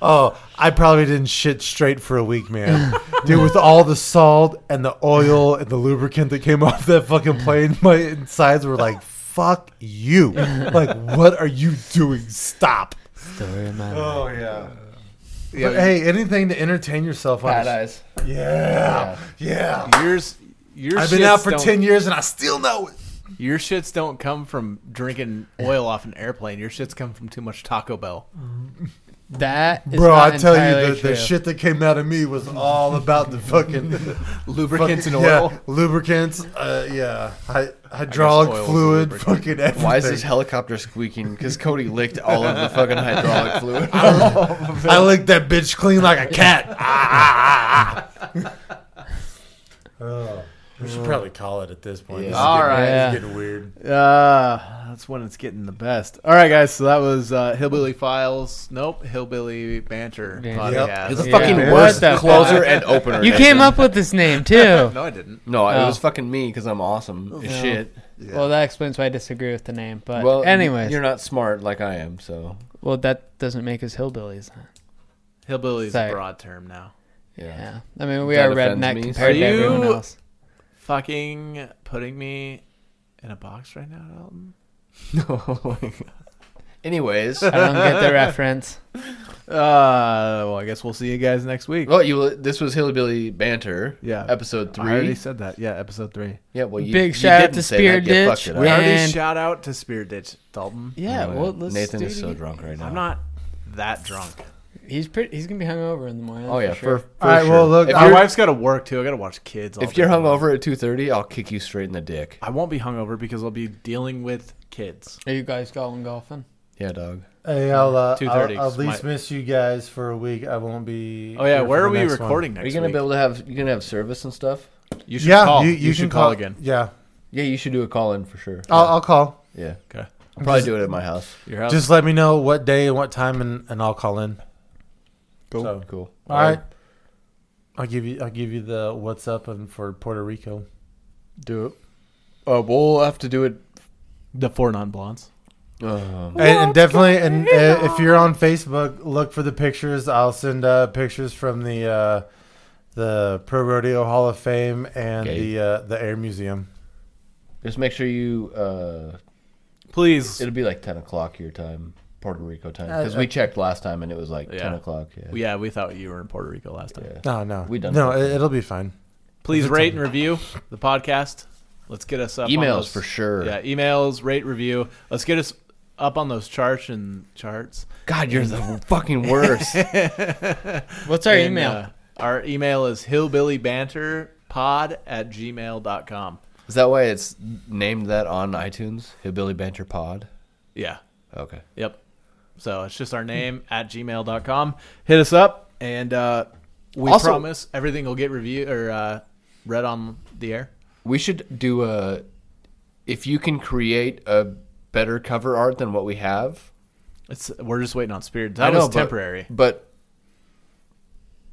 Oh, I probably didn't shit straight for a week, <laughs> man. Dude, with all the salt and the oil and the lubricant that came <laughs> off that fucking plane, my insides were like, fuck <laughs> you. Like, what are you doing? Stop. Story of my life. Oh, yeah. Yeah, But hey, anything to entertain yourself on. Bad a- eyes. Yeah. Yeah. yours. Your I've been shits out for don't- 10 years and I still know it. Your shits don't come from drinking oil off an airplane. Your shits come from too much Taco Bell. That is Bro, not I tell you, entirely the, the true. shit that came out of me was all about the <laughs> fucking Lubricants fucking- and oil. yeah, lubricants, uh, yeah, hy- hydraulic oil is a fluid, lubricant. fucking everything. Why is this helicopter squeaking? Because Cody licked all of the <laughs> fucking hydraulic fluid. <laughs> I licked that bitch clean like a cat. Ah, ah, ah, ah. Oh, <laughs> we should probably call it at this point. This is All getting- right. this is getting weird. Uh, that's when it's getting the best. All right, guys. So that was uh, Hillbilly Files. Nope, Hillbilly Banter Yep. podcast. It's the Yeah. fucking What worst the closer and opener. You ever. came up with <laughs> this name too. No, I didn't. No, it Oh. was fucking me because I'm awesome as shit. Well, that explains why I disagree with the name. But Well, anyways, you're not smart like I am, so well, that doesn't make us hillbillies. Huh? Hillbilly is a Sorry. broad term now. yeah. Yeah, I mean we That are offends redneck me. compared to Are everyone you- else. Fucking putting me in a box right now, Dalton. <laughs> No. Oh Anyways, I don't get <laughs> the reference. Uh, well, I guess we'll see you guys next week. well, you this was hillbilly banter. Yeah. episode I already three. said that. Yeah, episode three. Yeah, well, you, Big you shout out didn't to say that, Spirit you Ditch. fucked it up. We already And- shout out to Spirit Ditch, Dalton. Yeah, Anyway, well, let's Nathan do is it so again. drunk right now. I'm not that drunk. He's pretty. He's gonna be hungover in the morning. Oh yeah, sure. for, for All right, sure. well, look, if My you're, wife's got to work too. I got to watch kids. All if you're day long. hungover at two thirty, I'll kick you straight in the dick. I won't be hungover because I'll be dealing with kids. Are you guys going golfing? Yeah, dog. Hey, I'll, uh, I'll, 2:30 I'll at least might- miss you guys for a week. I won't be. Oh yeah, here for where the are we next one. recording Are next you gonna week? be able to have you gonna have service and stuff? you should Yeah, call. You, you should can call, again. Yeah, Yeah, you should do a call in for sure. I'll, I'll call. yeah, Okay. I'll probably do it at my house. Your house. Just let me know what day and what time, and, and I'll call in. Cool, So, cool. All right. I'll give you. I'll give you the what's up and for Puerto Rico. do it. Uh, we'll have to do it. the four non blondes. Um, And, and definitely, and uh, if you're on Facebook, look for the pictures. I'll send uh, pictures from the uh, the Pro Rodeo Hall of Fame and Okay. the uh, the Air Museum. Just make sure you. Uh, Please, it'll be like ten o'clock your time, Puerto Rico time, Uh, because we checked last time and it was like ten Yeah. o'clock. Yeah. yeah, we thought you were in Puerto Rico last time. Yeah. No, no, We done No, that. it, it'll be fine. Please rate and review the podcast. Let's get us up. on Emails those- for sure. Yeah, emails, rate, review. Let's get us up on those charts and charts. God, you're the fucking <laughs> worst. What's our And, email? uh, our email is hillbillybanterpod at gmail.com. Is that why it's named that on iTunes? Hillbilly Banter Pod. Yeah. Okay. Yep. So it's just our name at gmail.com. Hit us up, and uh, we Also- promise everything will get reviewed or uh, read on the air. We should do a. If you can create a better cover art than what we have, It's we're just waiting on Spirit. That I know, was but- temporary. But,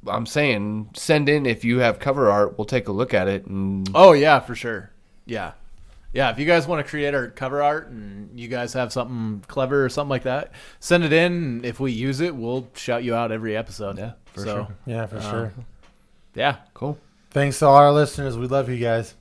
I'm saying, send in if you have cover art. We'll take a look at it, and Oh yeah, for sure. Yeah, yeah. If you guys want to create our cover art and you guys have something clever or something like that, send it in. and If we use it, we'll shout you out every episode. Yeah, for so, sure. Yeah, for sure. Yeah, cool. Thanks to all our listeners. We love you guys.